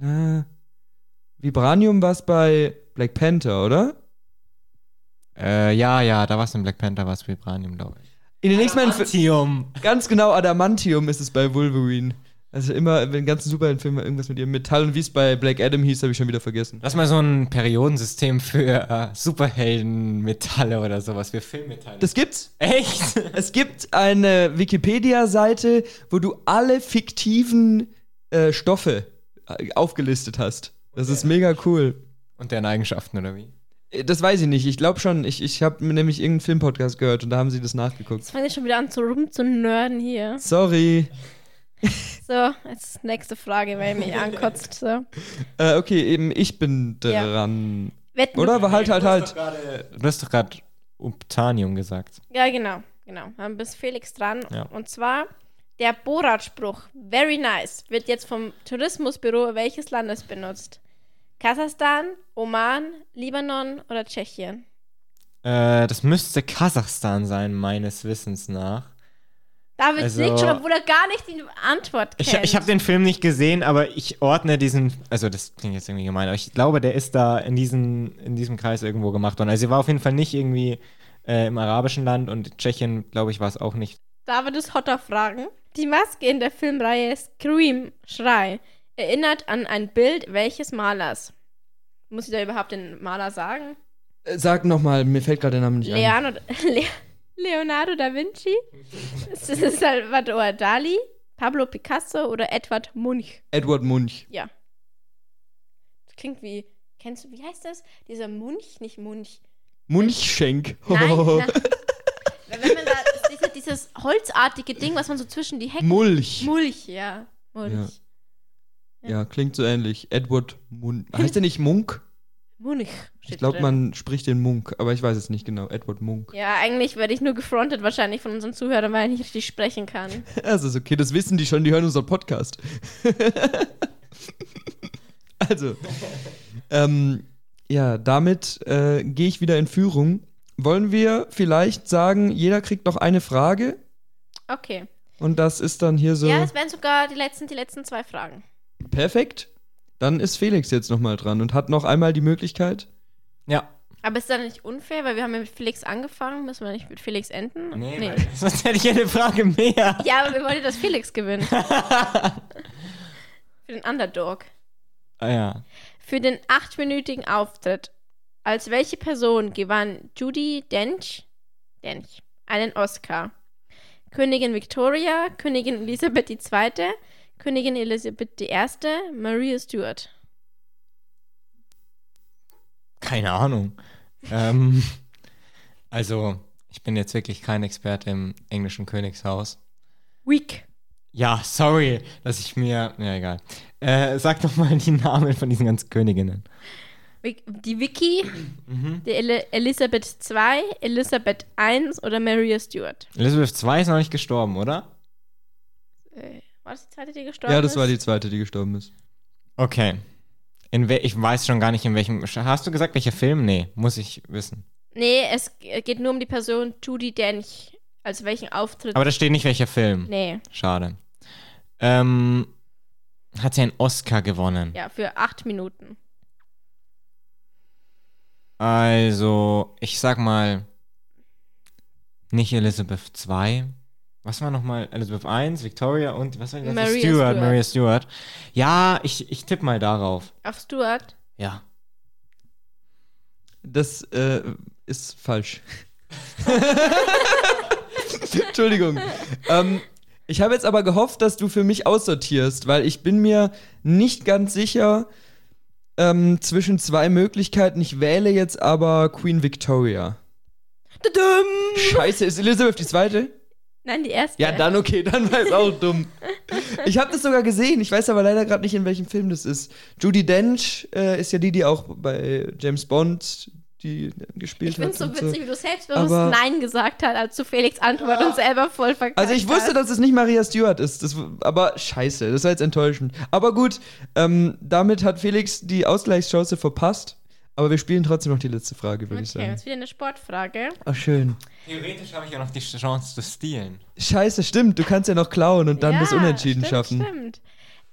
Speaker 2: Äh, Vibranium war es bei Black Panther, oder?
Speaker 3: Äh, ja, ja, da war es in Black Panther, war es Vibranium, glaube ich.
Speaker 2: In den X-Men-Filmen.
Speaker 3: Adamantium.
Speaker 2: Ganz genau, Adamantium ist es bei Wolverine. Also immer, wenn ganzen Superheldenfilmen irgendwas mit ihrem Metall und wie es bei Black Adam hieß, habe ich schon wieder vergessen.
Speaker 3: Lass mal so ein Periodensystem für äh, Superheldenmetalle oder sowas, für Filmmetalle.
Speaker 2: Das gibt's.
Speaker 3: Echt?
Speaker 2: Es gibt eine Wikipedia-Seite, wo du alle fiktiven äh, Stoffe äh, aufgelistet hast. Das ist mega cool.
Speaker 3: Und deren Eigenschaften, oder wie?
Speaker 2: Äh, Das weiß ich nicht. Ich glaube schon. Ich, ich habe nämlich irgendeinen Filmpodcast gehört und da haben sie das nachgeguckt.
Speaker 1: Jetzt fange ich schon wieder an zu rumzunörden hier.
Speaker 2: Sorry.
Speaker 1: So, jetzt nächste Frage, weil mich ankotzt. So.
Speaker 2: Äh, okay, eben ich bin
Speaker 1: Ja.
Speaker 2: dran.
Speaker 1: Wetten.
Speaker 2: Oder? Aber halt, halt, halt.
Speaker 3: Du hast doch gerade Uptanium gesagt.
Speaker 1: Ja, genau, genau. Dann bist Felix dran.
Speaker 3: Ja.
Speaker 1: Und zwar der Borat-Spruch, very nice, wird jetzt vom Tourismusbüro welches Landes benutzt? Kasachstan, Oman, Libanon oder Tschechien?
Speaker 3: Äh, das müsste Kasachstan sein, meines Wissens nach.
Speaker 1: David
Speaker 3: Also-
Speaker 1: nickt schon, obwohl er gar nicht die Antwort
Speaker 3: Ich,
Speaker 1: kennt.
Speaker 3: ich habe den Film nicht gesehen, aber ich ordne diesen, also das klingt jetzt irgendwie gemein, aber ich glaube, der ist da in, diesen, in diesem Kreis irgendwo gemacht worden. Also er war auf jeden Fall nicht irgendwie äh, im arabischen Land und Tschechien, glaube ich, war es auch nicht.
Speaker 1: David ist hotter Fragen. Die Maske in der Filmreihe Scream, Schrei, erinnert an ein Bild welches Malers? Muss ich da überhaupt den Maler sagen?
Speaker 2: Äh, Sag nochmal, mir fällt gerade der Name nicht ein.
Speaker 1: Leonardo, Le Leonardo da Vinci, Es ist Salvador Dali, Pablo Picasso oder Edward Munch.
Speaker 2: Edward Munch.
Speaker 1: Ja. Das klingt wie, kennst du, wie heißt das? Dieser Munch, nicht Munch.
Speaker 2: Munchschenk.
Speaker 1: Nein, na, wenn man da, dieses, dieses holzartige Ding, was man so zwischen die Hecken...
Speaker 2: Mulch.
Speaker 1: Mulch, ja. Mulch.
Speaker 2: Ja, klingt so ähnlich. Edward Munk. Heißt der nicht Munk?
Speaker 1: Munch. steht
Speaker 2: Ich glaube,
Speaker 1: drin.
Speaker 2: man spricht den Munk, aber ich weiß es nicht genau. Edward Munk.
Speaker 1: Ja, eigentlich werde ich nur gefrontet wahrscheinlich von unseren Zuhörern, weil ich nicht richtig sprechen kann.
Speaker 2: Also ist okay, das wissen die schon, die hören unseren Podcast. also, ähm, ja, damit äh, gehe ich wieder in Führung. Wollen wir vielleicht sagen, jeder kriegt noch eine Frage
Speaker 1: Okay.
Speaker 2: und das ist dann hier so
Speaker 1: Ja, es wären sogar die letzten, die letzten zwei Fragen.
Speaker 2: perfekt. Dann ist Felix jetzt nochmal dran und hat noch einmal die Möglichkeit.
Speaker 3: Ja.
Speaker 1: Aber ist das nicht unfair, weil wir haben ja mit Felix angefangen, müssen wir nicht mit Felix enden?
Speaker 3: Nee, Weil, sonst hätte ich ja eine Frage mehr.
Speaker 1: Ja, aber wir wollten, dass Felix gewinnt. Für den Underdog.
Speaker 3: Ah, ja.
Speaker 1: Für den achtminütigen Auftritt. Als welche Person gewann Judy Dench, Dench einen Oscar? Königin Victoria, Königin Elisabeth II., Königin Elisabeth I., Maria Stuart.
Speaker 3: Keine Ahnung. ähm, also, ich bin jetzt wirklich kein Experte im englischen Königshaus.
Speaker 1: Weak.
Speaker 3: Ja, sorry, dass ich mir. Ja, egal. Äh, sag doch mal die Namen von diesen ganzen Königinnen.
Speaker 1: Wik- die Vicky, die El Elisabeth II, Elisabeth I oder Maria Stuart.
Speaker 3: Elizabeth II ist noch nicht gestorben, oder?
Speaker 1: Äh, war das die zweite, die gestorben
Speaker 2: Ja, das
Speaker 1: ist?
Speaker 2: war die zweite, die gestorben ist.
Speaker 3: Okay. In wel- ich weiß schon gar nicht, in welchem. Hast du gesagt, welcher Film? Nee, muss ich wissen.
Speaker 1: Nee, es g- geht nur um die Person Judy Dench. Also welchen Auftritt?
Speaker 3: Aber da steht nicht, welcher Film.
Speaker 1: nee,
Speaker 3: Schade. Ähm, hat sie einen Oscar gewonnen?
Speaker 1: ja, für acht Minuten.
Speaker 3: Also, ich sag mal, nicht Elizabeth II. Was war nochmal? Elizabeth I, Victoria und was war die letzte?
Speaker 1: Maria Stuart.
Speaker 3: Maria Stewart. Ja, ich, ich tippe mal darauf.
Speaker 1: Auf Stuart?
Speaker 3: Ja.
Speaker 2: Das äh, ist falsch. Entschuldigung. Ähm, ich habe jetzt aber gehofft, dass du für mich aussortierst, weil ich bin mir nicht ganz sicher ähm, zwischen zwei Möglichkeiten. Ich wähle jetzt aber Queen Victoria.
Speaker 1: Tudum!
Speaker 2: Scheiße, ist Elizabeth die zweite?
Speaker 1: Nein, die erste.
Speaker 2: Ja, dann okay, dann war es auch dumm. Ich habe das sogar gesehen, ich weiß aber leider gerade nicht, in welchem Film das ist. Judy Dench äh, ist ja die, die auch bei James Bond die äh, gespielt
Speaker 1: Ich
Speaker 2: hat.
Speaker 1: find's so
Speaker 2: und
Speaker 1: witzig, wie du selbstbewusst
Speaker 2: Aber-
Speaker 1: Nein gesagt hast, als du Felix Antwort und selber voll verkackt
Speaker 2: Also ich wusste,
Speaker 1: hast.
Speaker 2: dass es nicht Maria Stewart ist. Das, w- aber scheiße, das war jetzt enttäuschend. Aber gut, ähm, damit hat Felix die Ausgleichschance verpasst. Aber wir spielen trotzdem noch die letzte Frage, würde ich
Speaker 1: Okay,
Speaker 2: sagen.
Speaker 1: jetzt wieder eine Sportfrage.
Speaker 2: Ach, schön.
Speaker 3: Theoretisch habe ich ja noch die Chance zu stehlen.
Speaker 2: Scheiße, stimmt. Du kannst ja noch klauen und dann
Speaker 1: ja,
Speaker 2: das Unentschieden
Speaker 1: stimmt,
Speaker 2: schaffen.
Speaker 1: Stimmt.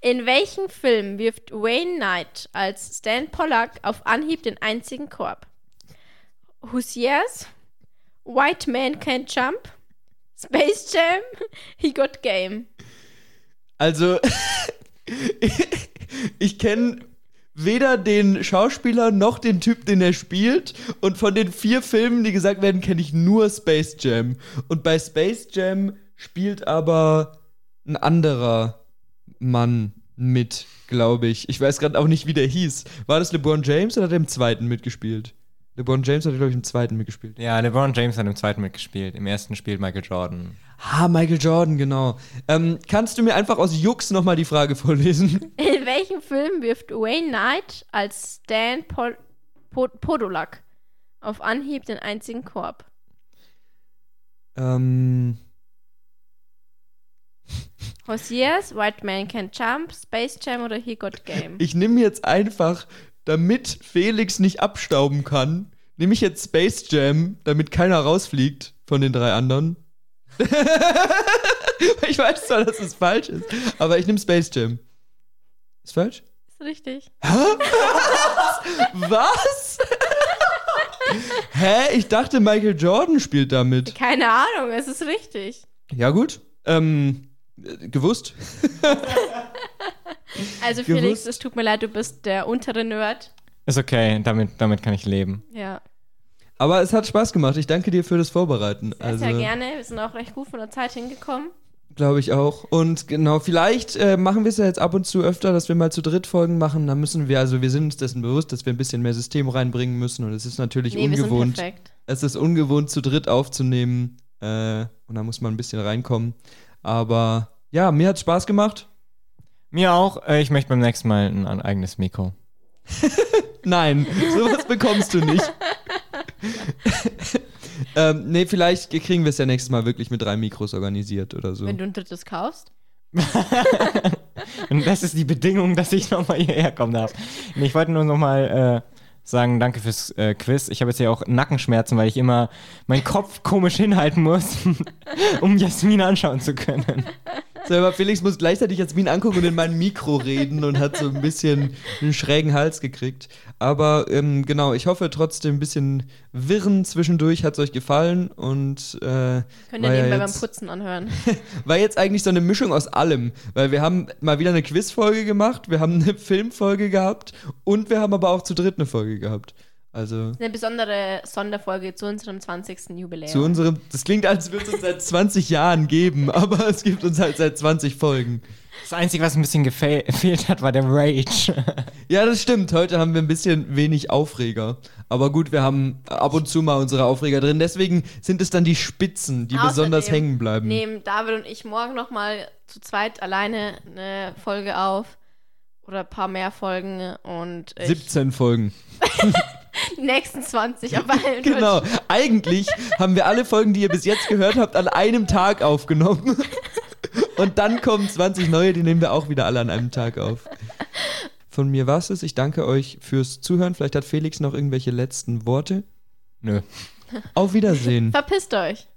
Speaker 1: In welchem Film wirft Wayne Knight als Stan Pollack auf Anhieb den einzigen Korb? Hoosiers, White Man Can't Jump, Space Jam, He Got Game.
Speaker 2: Also, ich kenne weder den Schauspieler noch den Typ, den er spielt. Und von den vier Filmen, die gesagt werden, kenne ich nur Space Jam. Und bei Space Jam spielt aber ein anderer Mann mit, glaube ich. Ich weiß gerade auch nicht, wie der hieß. War das LeBron James oder hat er im zweiten mitgespielt? LeBron James hat, glaube ich, im zweiten mitgespielt.
Speaker 3: Ja, LeBron James hat im zweiten mitgespielt. Im ersten spielt Michael Jordan.
Speaker 2: Ah, Michael Jordan, genau. Ähm, kannst du mir einfach aus Jux nochmal die Frage vorlesen?
Speaker 1: In welchem Film wirft Wayne Knight als Stan Pol Po- Podolak auf Anhieb den einzigen Korb?
Speaker 2: Ähm,
Speaker 1: Hoosiers, White Man Can Jump, Space Jam oder He Got Game?
Speaker 2: ich nehme jetzt einfach, damit Felix nicht abstauben kann, nehme ich jetzt Space Jam, damit keiner rausfliegt von den drei anderen. ich weiß zwar, dass es falsch ist, aber ich nehme Space Jam. Ist falsch?
Speaker 1: Ist richtig.
Speaker 2: Was? Hä? Ich dachte, Michael Jordan spielt damit.
Speaker 1: Keine Ahnung, es ist richtig.
Speaker 2: Ja, gut. Ähm, äh, gewusst.
Speaker 1: Also Felix,
Speaker 2: gewusst.
Speaker 1: es tut mir leid, du bist der untere Nerd.
Speaker 3: Ist okay, damit, damit kann ich leben.
Speaker 1: Ja,
Speaker 2: Aber es hat Spaß gemacht. Ich danke dir für das Vorbereiten. Also,
Speaker 1: sehr, sehr gerne. Wir sind auch recht gut von der Zeit hingekommen.
Speaker 2: Glaube ich auch. Und genau, vielleicht äh, machen wir es ja jetzt ab und zu öfter, dass wir mal zu dritt Folgen machen. Da müssen wir, also wir sind uns dessen bewusst, dass wir ein bisschen mehr System reinbringen müssen. Und es ist natürlich
Speaker 1: Nee, wir sind
Speaker 2: ungewohnt.
Speaker 1: perfekt.
Speaker 2: Es ist ungewohnt, zu dritt aufzunehmen. Äh, und da muss man ein bisschen reinkommen. Aber ja, mir hat Spaß gemacht.
Speaker 3: Mir auch. Äh, Ich möchte beim nächsten Mal ein, ein eigenes Mikro.
Speaker 2: Nein, sowas bekommst du nicht. ähm, nee, vielleicht kriegen wir es ja nächstes Mal wirklich mit drei Mikros organisiert oder so.
Speaker 1: Wenn du ein drittes kaufst.
Speaker 3: Und das ist die Bedingung, dass ich nochmal hierher kommen darf. Nee, ich wollte nur nochmal äh, sagen, danke fürs äh, Quiz. Ich habe jetzt ja auch Nackenschmerzen, weil ich immer meinen Kopf komisch hinhalten muss, um Jasmin anschauen zu können.
Speaker 2: So, aber Felix muss gleichzeitig Jasmin angucken und in mein Mikro reden und hat so ein bisschen einen schrägen Hals gekriegt. Aber ähm, genau, ich hoffe trotzdem ein bisschen Wirren zwischendurch hat es euch gefallen und äh,
Speaker 1: Könnt ihr
Speaker 2: war ja
Speaker 1: nebenbei beim
Speaker 2: jetzt-
Speaker 1: Putzen anhören.
Speaker 2: war jetzt eigentlich so eine Mischung aus allem, weil wir haben mal wieder eine Quizfolge gemacht, wir haben eine Filmfolge gehabt und wir haben aber auch zu dritt eine Folge gehabt. Also
Speaker 1: Eine besondere Sonderfolge zu unserem 20. Jubiläum.
Speaker 2: zu unserem, das klingt, als würde es uns seit 20 Jahren geben, aber es gibt uns halt seit 20 Folgen.
Speaker 3: Das Einzige, was ein bisschen gefehl- gefehlt hat, war der Rage.
Speaker 2: Ja, das stimmt. Heute haben wir ein bisschen wenig Aufreger. Aber gut, wir haben ab und zu mal unsere Aufreger drin. Deswegen sind es dann die Spitzen, die
Speaker 1: Außerdem
Speaker 2: besonders hängen bleiben.
Speaker 1: Nehmen David und ich morgen nochmal zu zweit alleine eine Folge auf. oder ein paar mehr Folgen und ich
Speaker 2: 17 Folgen.
Speaker 1: nächsten 20 auf allen
Speaker 2: Genau. Eigentlich haben wir alle Folgen, die ihr bis jetzt gehört habt, an einem Tag aufgenommen. Und dann kommen 20 neue, die nehmen wir auch wieder alle an einem Tag auf. Von mir war's es. Ich danke euch fürs Zuhören. Vielleicht hat Felix noch irgendwelche letzten Worte.
Speaker 3: Nö.
Speaker 2: Auf Wiedersehen.
Speaker 1: Verpisst euch.